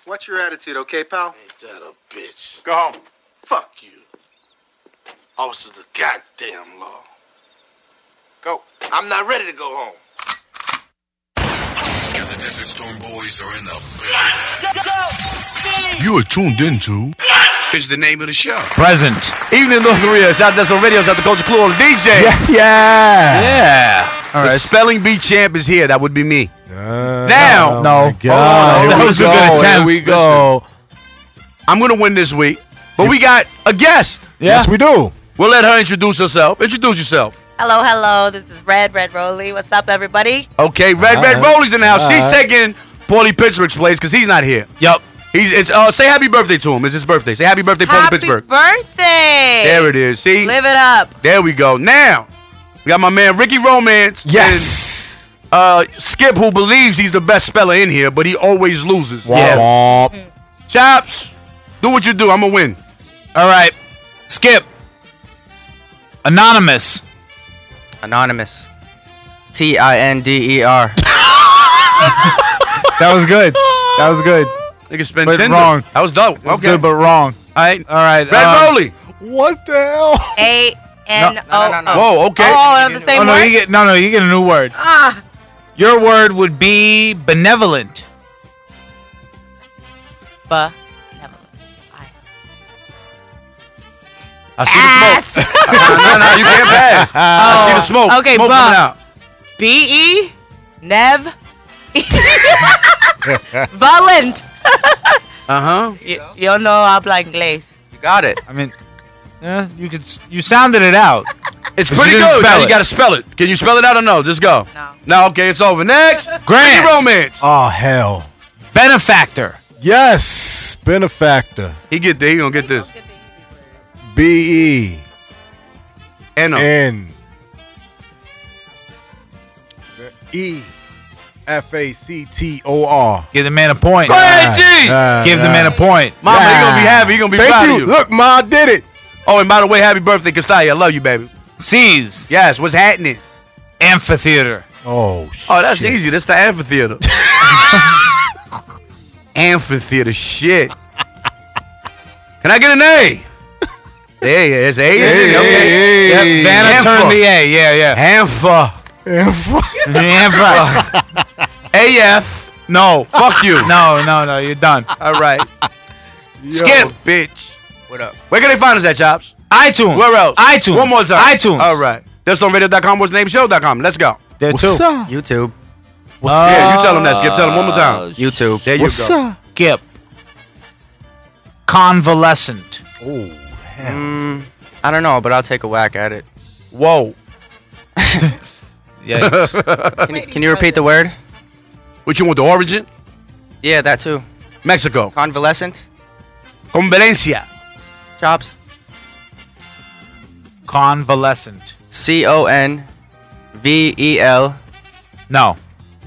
Speaker 19: Watch your attitude, okay, pal?
Speaker 4: Ain't that a bitch?
Speaker 19: Go home.
Speaker 4: Fuck you. Officer, the goddamn law. Go. I'm not ready to go home.
Speaker 9: The Desert Storm Boys are in the
Speaker 6: You are tuned into. Is the name of the show.
Speaker 5: Present.
Speaker 6: Evening North Korea. Shout out to some radios at the Culture Clue on DJ. Yeah.
Speaker 5: Yeah.
Speaker 6: Yeah.
Speaker 5: All
Speaker 6: the
Speaker 5: right.
Speaker 6: spelling bee champ is here. That would be me.
Speaker 5: oh
Speaker 6: now.
Speaker 5: my No. God.
Speaker 6: Hold on. Oh, That
Speaker 5: Here we
Speaker 6: was a
Speaker 5: go.
Speaker 6: good attempt.
Speaker 5: Here we go.
Speaker 6: Listen, I'm going to win this week, but we got a guest.
Speaker 3: Yes, we do.
Speaker 6: We'll let her introduce herself. Introduce yourself.
Speaker 20: Hello, hello. This is Red, Red Roly. What's up, everybody?
Speaker 6: Okay, Red Red
Speaker 20: Alright.
Speaker 6: Rollies in the house. She's
Speaker 20: Alright.
Speaker 6: taking Paulie Pittsburgh's place because he's not here. Yep. He's it's uh say happy birthday to him. It's his birthday. Say happy birthday, Paulie
Speaker 20: Happy
Speaker 6: Pittsburgh.
Speaker 20: birthday.
Speaker 6: There it is. See?
Speaker 20: Live it up.
Speaker 6: There we go. Now we got my man Ricky Romance. Yes. uh Skip, who believes he's the best speller in here, but he always loses.
Speaker 5: Womp
Speaker 6: Chops, do what you do. I'm gonna win.
Speaker 5: All right. Skip. Anonymous.
Speaker 21: Anonymous. T I N D E R.
Speaker 5: That was good. That was good.
Speaker 6: Nigga spent
Speaker 5: but
Speaker 6: Tinder.
Speaker 5: wrong.
Speaker 6: That was dope.
Speaker 5: That was
Speaker 6: Okay.
Speaker 5: good but wrong.
Speaker 6: All right.
Speaker 5: All right.
Speaker 6: Red
Speaker 5: um,
Speaker 6: Rolly.
Speaker 3: What the hell?
Speaker 20: A N O.
Speaker 5: Whoa, okay.
Speaker 20: Oh, on the same
Speaker 5: oh, no,
Speaker 20: word?
Speaker 5: You get, no, no, you get a new word.
Speaker 20: Ah,
Speaker 5: Your word would be benevolent.
Speaker 20: Ba.
Speaker 6: I see the smoke. no, no, you can't pass. I see the smoke.
Speaker 20: Oh. Okay,
Speaker 6: smoke
Speaker 20: buh.
Speaker 6: coming out.
Speaker 20: B E. Nev.
Speaker 21: Uh-huh.
Speaker 20: Valent.
Speaker 6: Uh huh.
Speaker 20: You, you don't know how to inglés.
Speaker 21: You got it.
Speaker 5: I mean, eh, you could s- you sounded it out.
Speaker 6: It's
Speaker 5: But
Speaker 6: pretty
Speaker 5: you
Speaker 6: good.
Speaker 5: didn't spell
Speaker 6: Now you
Speaker 5: it.
Speaker 6: gotta spell it. Can you spell it out or no? Just go. No. No, okay, it's over. Next. Grand romance.
Speaker 3: Oh hell.
Speaker 5: Benefactor.
Speaker 3: Yes, benefactor.
Speaker 6: He get there. He gonna get this.
Speaker 3: B E
Speaker 6: N
Speaker 3: N E F A C T O R.
Speaker 5: Give the man a point. Uh,
Speaker 3: Go ahead, G.
Speaker 5: Give
Speaker 3: Uh,
Speaker 5: the man a point.
Speaker 6: Mama, he gonna be happy. He gonna be
Speaker 5: Thank
Speaker 6: proud
Speaker 5: you.
Speaker 6: of you.
Speaker 5: Look,
Speaker 3: Ma, I did it.
Speaker 6: Oh, and by the way, happy birthday, Castaya. I love you, baby.
Speaker 5: C's.
Speaker 6: Yes. What's happening?
Speaker 5: Amphitheater.
Speaker 3: Oh.
Speaker 6: Oh, that's easy. That's the amphitheater. amphitheater. Shit. Can I get an A? There you is. A. is in there. Okay.
Speaker 5: Yep, Vanna turned the A. Yeah, yeah.
Speaker 6: Hanfa.
Speaker 5: Hanfa.
Speaker 6: AF.
Speaker 5: No.
Speaker 6: Fuck you.
Speaker 5: No, no, no. You're done.
Speaker 6: All right.
Speaker 5: Skip.
Speaker 6: bitch. What up? Where can they find us at, Chops?
Speaker 5: iTunes.
Speaker 6: Where else?
Speaker 5: iTunes.
Speaker 6: One more time.
Speaker 5: iTunes.
Speaker 6: All right. That's on radio.com. What's name show.com. Let's go.
Speaker 5: There What's too. up?
Speaker 21: YouTube. Uh,
Speaker 6: yeah, you tell them that, Skip. Tell them one more time.
Speaker 21: YouTube.
Speaker 6: There you
Speaker 5: What's
Speaker 6: go.
Speaker 5: up? Skip. Convalescent.
Speaker 3: Oh,
Speaker 21: mm, I don't know, but I'll take a whack at it.
Speaker 6: Whoa.
Speaker 5: Yikes.
Speaker 21: can, you, can you repeat the word?
Speaker 6: What you want, the origin?
Speaker 21: Yeah, that too.
Speaker 6: Mexico.
Speaker 21: Convalescent?
Speaker 6: Convalencia.
Speaker 21: Chops?
Speaker 5: Convalescent.
Speaker 21: C O N V E L.
Speaker 5: No.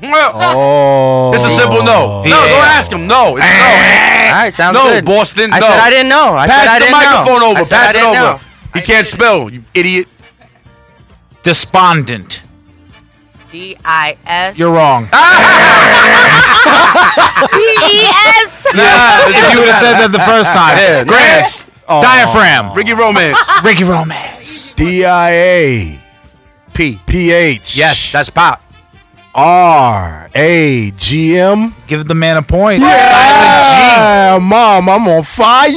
Speaker 3: Oh.
Speaker 21: It's a simple
Speaker 6: No,
Speaker 21: no.
Speaker 6: don't ask him. No. It's no.
Speaker 21: All right, sounds
Speaker 6: no,
Speaker 21: good.
Speaker 6: Boston.
Speaker 21: I
Speaker 6: no.
Speaker 21: said I didn't know. I
Speaker 6: Pass
Speaker 21: said I
Speaker 6: the
Speaker 21: didn't know.
Speaker 6: microphone over.
Speaker 21: I said I
Speaker 6: Pass it
Speaker 21: didn't
Speaker 6: over.
Speaker 21: know.
Speaker 6: He can't spell, you idiot.
Speaker 5: Despondent.
Speaker 20: D I S.
Speaker 5: You're wrong.
Speaker 20: P E S.
Speaker 5: if you would have said that the first time.
Speaker 6: Yeah,
Speaker 5: Grants.
Speaker 3: Oh.
Speaker 5: Diaphragm.
Speaker 6: Ricky Romance.
Speaker 5: Ricky Romance.
Speaker 3: D I A
Speaker 6: P
Speaker 3: P H.
Speaker 6: Yes, that's pop.
Speaker 3: R A G M.
Speaker 5: Give the man a point.
Speaker 3: Yeah, mom, I'm on fire.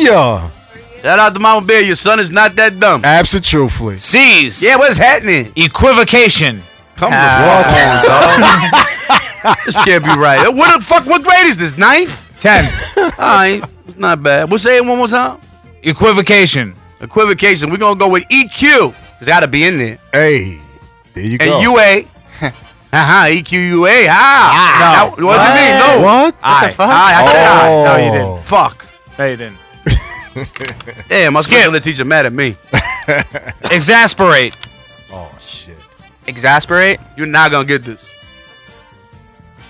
Speaker 6: Shout out to Mama Bear. Your son is not that dumb.
Speaker 3: Absolutely.
Speaker 5: C's.
Speaker 6: Yeah, what's happening?
Speaker 5: Equivocation.
Speaker 6: Come on, dog. this can't be right. Uh, What the fuck? What grade is this? Ninth?
Speaker 5: Ten.
Speaker 6: All right, it's not bad. We'll say it one more time.
Speaker 5: Equivocation.
Speaker 6: Equivocation. We're gonna go with E EQ. It's gotta be in there.
Speaker 3: Hey, there you
Speaker 6: and
Speaker 3: go.
Speaker 6: UA. Haha, E EQUA. Ah,
Speaker 5: No.
Speaker 6: Now, what do you mean? No.
Speaker 3: What? Oh.
Speaker 6: I, I, I said I.
Speaker 5: No, you didn't.
Speaker 6: Fuck.
Speaker 5: No, you didn't.
Speaker 6: Damn, my school teacher mad at me.
Speaker 5: Exasperate.
Speaker 3: Oh shit.
Speaker 21: Exasperate?
Speaker 6: You're not gonna get this.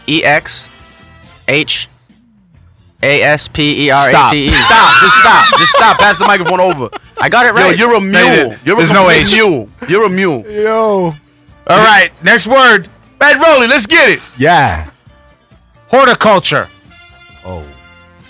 Speaker 21: E X H A S P E R A
Speaker 6: Stop.
Speaker 21: T E.
Speaker 6: Stop. Just stop. Just stop. Pass the microphone over.
Speaker 21: I got it right.
Speaker 6: Yo, you're a
Speaker 21: No, you
Speaker 6: mule.
Speaker 21: didn't.
Speaker 6: You're
Speaker 21: There's
Speaker 6: a
Speaker 21: no
Speaker 6: complete
Speaker 21: H.
Speaker 6: mule. You're a mule.
Speaker 3: Yo.
Speaker 5: All right, next word.
Speaker 6: Red Rolling, let's get it.
Speaker 3: Yeah.
Speaker 5: Horticulture.
Speaker 3: Oh.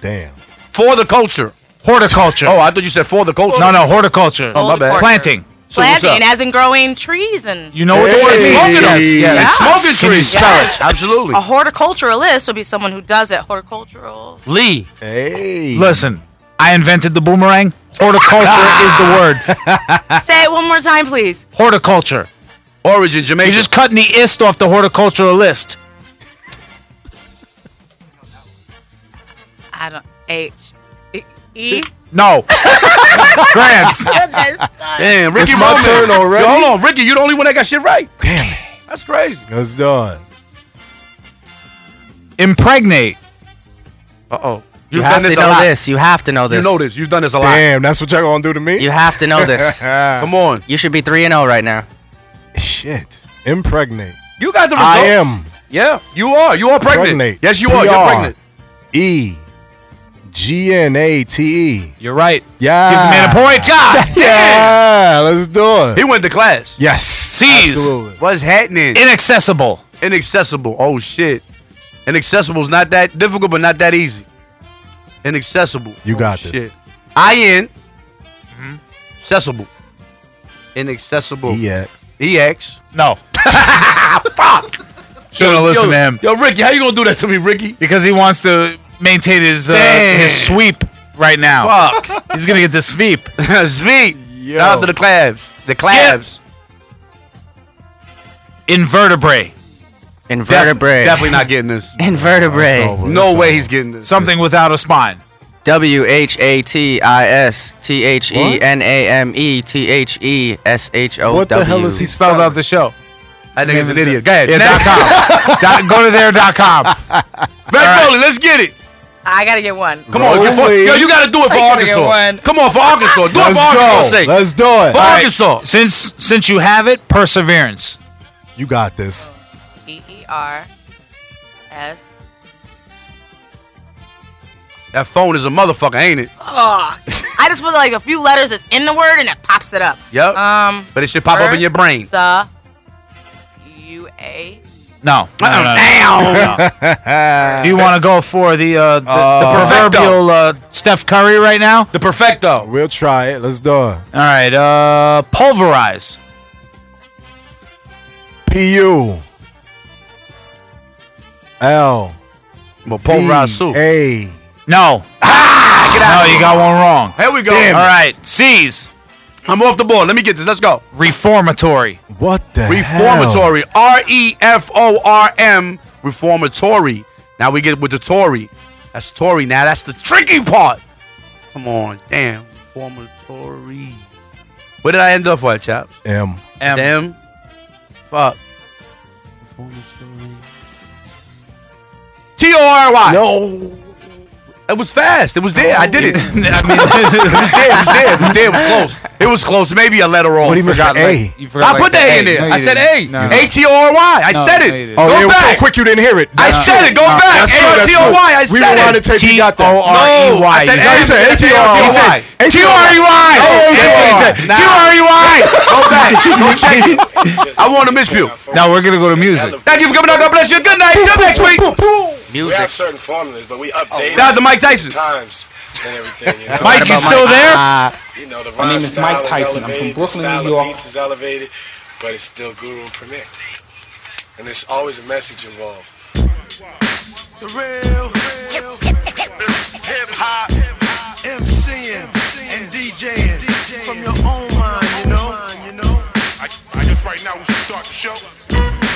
Speaker 3: Damn.
Speaker 6: For the culture.
Speaker 5: Horticulture.
Speaker 6: Oh, I thought you said for the culture.
Speaker 5: No, no, horticulture.
Speaker 6: Oh, my bad.
Speaker 5: Planting.
Speaker 6: So what's
Speaker 20: planting,
Speaker 6: up?
Speaker 20: as in growing trees and.
Speaker 5: You know what the word
Speaker 6: Hey.
Speaker 5: smoking
Speaker 6: Yes,
Speaker 5: is.
Speaker 6: yes.
Speaker 5: It's
Speaker 6: Smoking
Speaker 5: Can you
Speaker 6: trees.
Speaker 5: spell
Speaker 6: Yes.
Speaker 5: it?
Speaker 6: Absolutely.
Speaker 20: A horticulturalist would be someone who does it. Horticultural.
Speaker 6: Lee.
Speaker 3: Hey.
Speaker 5: Listen, I invented the boomerang. Horticulture is the word.
Speaker 20: Say it one more time, please.
Speaker 5: Horticulture.
Speaker 6: Origin Jamaica.
Speaker 5: You're just cutting the ist off the horticultural list.
Speaker 20: I don't. H. E- E.
Speaker 5: No. Grants.
Speaker 20: Goodness.
Speaker 6: Damn, Ricky
Speaker 3: It's my
Speaker 6: Roman.
Speaker 3: turn already?
Speaker 6: Yo, hold on, Ricky. You're the only one that got shit right.
Speaker 3: Damn
Speaker 6: it. That's crazy.
Speaker 3: That's done.
Speaker 5: Impregnate.
Speaker 6: Uh oh.
Speaker 21: You have to know this. You have to know this.
Speaker 6: You know this. You've done this a lot.
Speaker 3: Damn, that's what y'all gonna do to me?
Speaker 21: You have to know this.
Speaker 6: Come on.
Speaker 21: You should be 3 and 0 right now.
Speaker 3: Shit. Impregnate.
Speaker 6: You got the results.
Speaker 3: I am.
Speaker 6: Yeah, you are. You are pregnant.
Speaker 3: Pregnant.
Speaker 6: Yes, you are. You're
Speaker 3: PR.
Speaker 6: pregnant.
Speaker 3: E. G N A T E.
Speaker 5: You're right.
Speaker 3: Yeah.
Speaker 5: Give the man a point. God
Speaker 3: yeah. Let's do it.
Speaker 6: He went to class.
Speaker 3: Uh. Yes.
Speaker 5: C's.
Speaker 3: Absolutely.
Speaker 6: What's happening?
Speaker 5: Inaccessible.
Speaker 6: Inaccessible. Oh shit. Inaccessible is not that difficult, but not that easy. Inaccessible.
Speaker 3: You got this.
Speaker 6: Shit. I N. Accessible. Inaccessible.
Speaker 3: EX.
Speaker 6: EX.
Speaker 5: No.
Speaker 6: Fuck.
Speaker 5: Shouldn't have
Speaker 6: yo,
Speaker 5: listened to him.
Speaker 6: Yo, Ricky, how you gonna do that to me, Ricky?
Speaker 5: Because he wants to maintain his uh,
Speaker 6: Damn.
Speaker 5: his sweep right now.
Speaker 6: Fuck.
Speaker 5: He's going to get the sweep.
Speaker 6: Sweet.
Speaker 3: Yo.
Speaker 6: Shout out to the clavs. The clavs.
Speaker 5: Invertebrate.
Speaker 21: Invertebrate.
Speaker 6: Definitely not getting this.
Speaker 21: Invertebrate.
Speaker 3: over.
Speaker 6: No
Speaker 3: It's
Speaker 6: way
Speaker 3: over.
Speaker 6: he's getting this.
Speaker 5: Something without a spine.
Speaker 21: W H A T I S T H E N A M E T H E S H O W.
Speaker 3: What the hell is he
Speaker 5: Spelled
Speaker 3: spelling?
Speaker 5: out the show.
Speaker 6: That nigga's an idiot. Go ahead.
Speaker 5: Yeah, dot
Speaker 6: Next.
Speaker 5: com. dot, go to there. Dot com.
Speaker 6: Red Rolling, let's get it.
Speaker 20: I gotta get one.
Speaker 6: Come on, get for,
Speaker 3: Rolling.
Speaker 6: yo, you gotta do it for
Speaker 20: I gotta get
Speaker 6: Arkansas.
Speaker 20: one.
Speaker 6: Come on, for Arkansas. Do it for Arkansas'
Speaker 3: Let's go.
Speaker 6: sake.
Speaker 3: Let's do
Speaker 6: for
Speaker 3: it.
Speaker 5: right.
Speaker 6: Arkansas.
Speaker 5: Since since you have it, perseverance.
Speaker 3: You got this.
Speaker 20: E E R S.
Speaker 6: That phone is a motherfucker, ain't it?
Speaker 20: Oh, I just put like a few letters that's in the word and it pops it up.
Speaker 6: Yep.
Speaker 20: Um.
Speaker 6: but it should pop up in your brain.
Speaker 20: Sa. U A.
Speaker 5: No. no, no, no.
Speaker 6: Uh, Damn.
Speaker 5: Do you want to go for the uh, the,
Speaker 6: Uh,
Speaker 5: the proverbial uh, Steph Curry right now?
Speaker 6: the perfecto.
Speaker 3: We'll try it. Let's do it.
Speaker 5: All right. Uh, pulverize.
Speaker 3: P U L E.
Speaker 6: Well,
Speaker 3: P
Speaker 6: Paul Rasu.
Speaker 3: A.
Speaker 5: No.
Speaker 6: Ah,
Speaker 5: no, you got one wrong.
Speaker 6: Here we go.
Speaker 5: All right. C's.
Speaker 6: I'm off the board. Let me get this. Let's go.
Speaker 5: Reformatory.
Speaker 3: What the hell?
Speaker 6: Reformatory. R E F O R M. Reformatory. Now we get with the Tory. That's Tory. Now that's the tricky part. Come on, damn. Reformatory. Where did I end up at, chaps?
Speaker 3: M.
Speaker 5: M.
Speaker 6: Damn. Fuck. Reformatory. T O R Y.
Speaker 3: No.
Speaker 6: It was fast. It was there. I did it.
Speaker 5: I mean,
Speaker 6: It was there. It was there. It was there. It was close. It was close. Maybe a letter off.
Speaker 3: What do you miss the
Speaker 5: like-
Speaker 3: A?
Speaker 6: I
Speaker 5: you forgot like
Speaker 6: put the A in
Speaker 5: No,
Speaker 6: there.
Speaker 5: you
Speaker 6: I said
Speaker 5: didn't.
Speaker 6: A.
Speaker 5: No, no.
Speaker 6: A T O R Y. I
Speaker 5: No,
Speaker 6: said
Speaker 5: no, you
Speaker 6: it.
Speaker 5: didn't.
Speaker 3: Oh, it
Speaker 6: Go
Speaker 3: was so
Speaker 6: back.
Speaker 3: quick you didn't hear it.
Speaker 6: I said it. Go
Speaker 5: No,
Speaker 6: back.
Speaker 3: That's true.
Speaker 6: A T
Speaker 3: That's
Speaker 6: O
Speaker 3: true.
Speaker 6: Y. I
Speaker 3: we
Speaker 6: said it.
Speaker 3: rewind the tape. You got that.
Speaker 5: T O R E
Speaker 6: No,
Speaker 5: Y.
Speaker 6: I said
Speaker 5: You
Speaker 3: No, he
Speaker 6: M,
Speaker 3: said
Speaker 6: then
Speaker 3: A-T-R-T-Y.
Speaker 6: T-O-R-Y.
Speaker 5: T-R-E-Y.
Speaker 6: Oh,
Speaker 5: That's
Speaker 6: nah.
Speaker 5: what he said.
Speaker 6: Go back. Go check it. I want to miss you.
Speaker 5: Now we're gonna go to music.
Speaker 6: Thank you for coming out. God bless you. Good night. Till next week.
Speaker 9: We have certain formulas, but we update
Speaker 6: That was the Mike Tyson.
Speaker 9: times
Speaker 6: Oh.
Speaker 9: and everything. You know?
Speaker 5: Mike, you still
Speaker 10: Uh,
Speaker 5: there?
Speaker 3: Uh,
Speaker 9: You know, the
Speaker 10: My name
Speaker 9: rhyme
Speaker 10: is
Speaker 9: style
Speaker 10: Mike
Speaker 9: is
Speaker 10: Tyson. I'm from
Speaker 9: elevated,
Speaker 10: Brooklyn,
Speaker 9: the style
Speaker 10: New York.
Speaker 9: of beats is elevated, but it's still Guru and Premier. And there's always a message involved.
Speaker 8: The real, real hip hop, MCing and DJing from your own mind, you know. I, I guess right now we should start the show.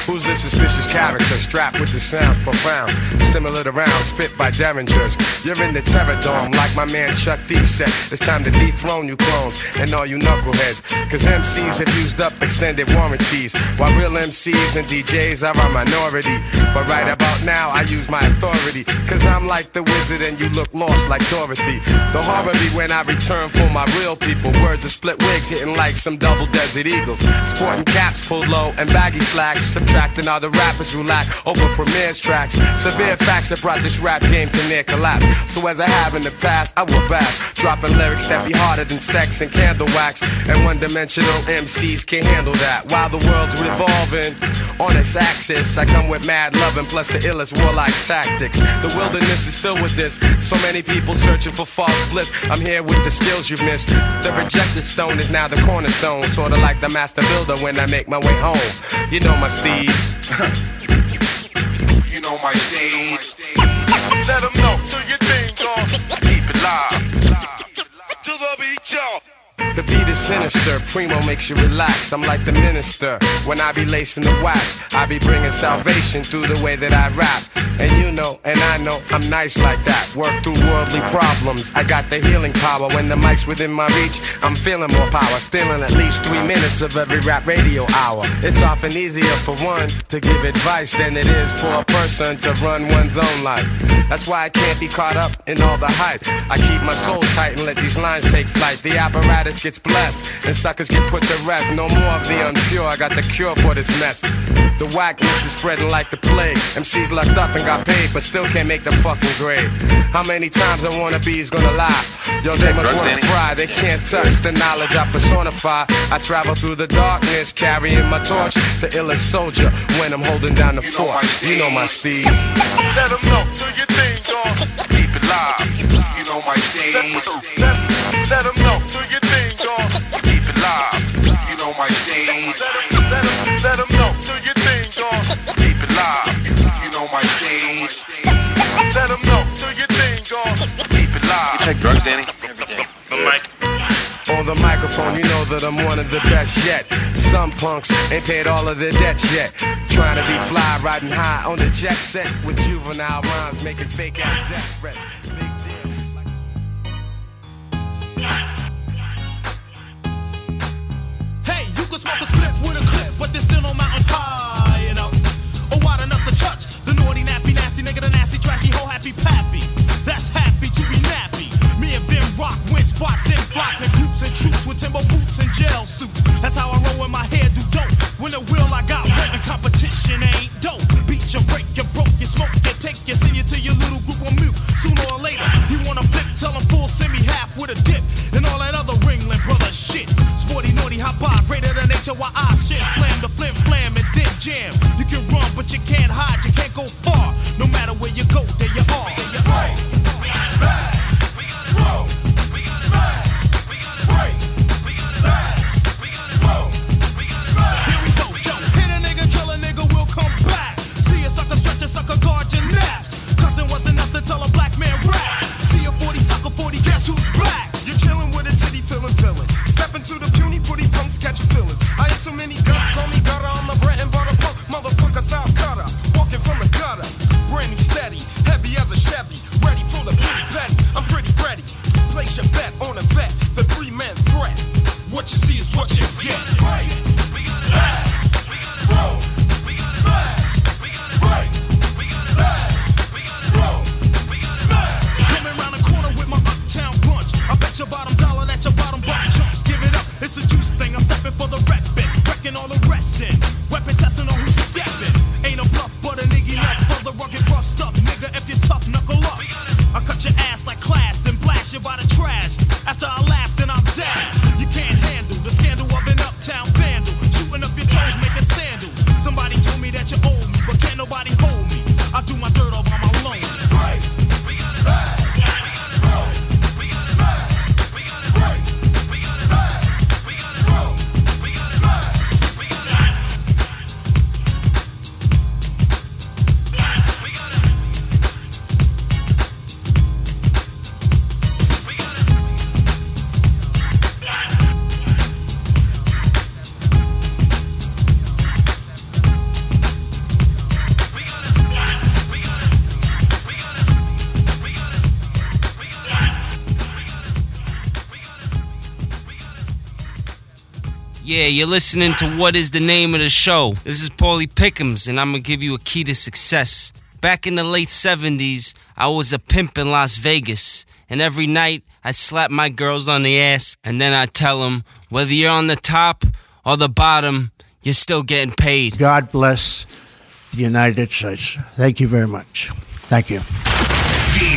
Speaker 19: Who's this suspicious character strapped with the sounds profound? Similar to rounds spit by derringers. You're in the terror dome, like my man Chuck D said. It's time to dethrone you clones and all you knuckleheads. Cause MCs have used up extended warranties. While real MCs and DJs are a minority. But right about now, I use my authority. Cause I'm like the wizard and you look lost like Dorothy. The horror be when I return for my real people. Words of split wigs hitting like some double desert eagles. Sporting caps pulled low and baggy slacks. Subtract acting all the rappers who lack over premieres tracks. Severe facts have brought this rap game to near collapse. So as I have in the past, I will bash, dropping lyrics that be harder than sex and candle wax. And one-dimensional MCs can't handle that. While the world's revolving on its axis, I come with mad loving plus the illest warlike tactics. The wilderness is filled with this. So many people searching for false bliss. I'm here with the skills you've missed. The rejected stone is now the cornerstone, sorta like the master builder when I make my way home. You know my steeds.
Speaker 8: You know my stage. Let 'em know, do your thing, dog. Keep it live. To the beat, y'all.
Speaker 19: The beat is sinister, primo makes you relax. I'm like the minister. When I be lacing the wax, I be bringing salvation through the way that I rap. And you know, and I know, I'm nice like that. Work through worldly problems. I got the healing power. When the mic's within my reach, I'm feeling more power. Stealing at least three minutes of every rap radio hour. It's often easier for one to give advice than it is for a person to run one's own life. That's why I can't be caught up in all the hype. I keep my soul tight and let these lines take flight. The apparatus gets blessed and suckers get put to rest. No more of the unpure, I got the cure for this mess. The whackness is spreading like the plague. MCs lucked up and got paid, but still can't make the fucking grade. How many times a wannabe is gonna lie? Yo, they must wanna fry, they can't touch the knowledge I personify. I travel through the darkness, carrying my torch, the illest soldier when I'm holding down the fort. You know my steeds.
Speaker 8: Let 'em know, do your thing, dog. Keep it live. You know my stage. Let, let, let 'em know, do your thing, dog. Keep it live. You know my stage. Let 'em- let 'em- let 'em know, do your thing, dog. Keep it live. You know my stage. Let 'em know, do your thing, dog. Keep it live.
Speaker 19: You take drugs, Danny? Every day. The On the microphone, you know that I'm one of the best yet. Some punks ain't paid all of their debts yet. Trying to be fly, riding high on the jet set with juvenile rhymes, making fake ass death threats. Big deal.
Speaker 22: Hey, you can smoke a spliff with a clip, but there's still no mountain high enough or Oh, wide enough to touch the naughty, nappy, nasty nigga, the nasty, trashy, whole happy pappy. That's happy to be nappy. Me and Ben Rock win spots in flocks and groups and troops with timber boots and jail suits. That's how I roll in my hair, do dope. When the will I got wet and competition ain't dope. Beat you, break you, broke you, smoke you, take you, send you to your little group on mute. Sooner or later, you wanna flip, tell 'em full semi half with a dip. And all that other ringling brother shit. Sporty, naughty, hop by, greater than HOI shit. Slam the flim flam and then jam. You can run, but you can't hide, you can't go far. No matter where you go, there you are. There you are. Hit a nigga, kill a nigga, we'll come back. See a sucker stretch a sucker, guard your naps. Cousin wasn't nothing till a black man rap. See a 40 sucker, 40, guess who's black?
Speaker 8: You're chillin' with a titty feelin' feelin'. Steppin' to the puny putty punks, catchin' feelings. I ain't so many guns, call me gutter. I'm the bread and butter punk, motherfucker, South cutter. Walking from the gutter, brand new steady, heavy as a Chevy. Ready for the pretty petty, I'm pretty ready. Place your bet on a vet, the three man threat. What you see is what you get. Right.
Speaker 22: Coming round the corner with my uptown punch. I bet your bottom dollar that your bottom buck jumps. Give it up, it's a juice thing. I'm stepping for the rep bit. Wrecking all the rest in. Weapon testing on who's stepping. Ain't a bluff, but a nigga nut for the rugged rough stuff. Nigga, if you're tough, knuckle up. I cut your ass like class, then blast you by the trash. After I laugh, then I'm dead. You can't handle the scandal of an uptown vandal. Shooting up your toes, making sandals. Somebody told me that you owe me, but can't nobody hold me. I do my dirt all by my loan. Right.
Speaker 23: Yeah, you're listening to What is the Name of the Show? This is Paulie Pickums, and I'm gonna give you a key to success. Back in the late 70s, I was a pimp in Las Vegas, and every night I'd slap my girls on the ass, and then I'd tell them whether you're on the top or the bottom, you're still getting paid.
Speaker 3: God bless the United States. Thank you very much. Thank you.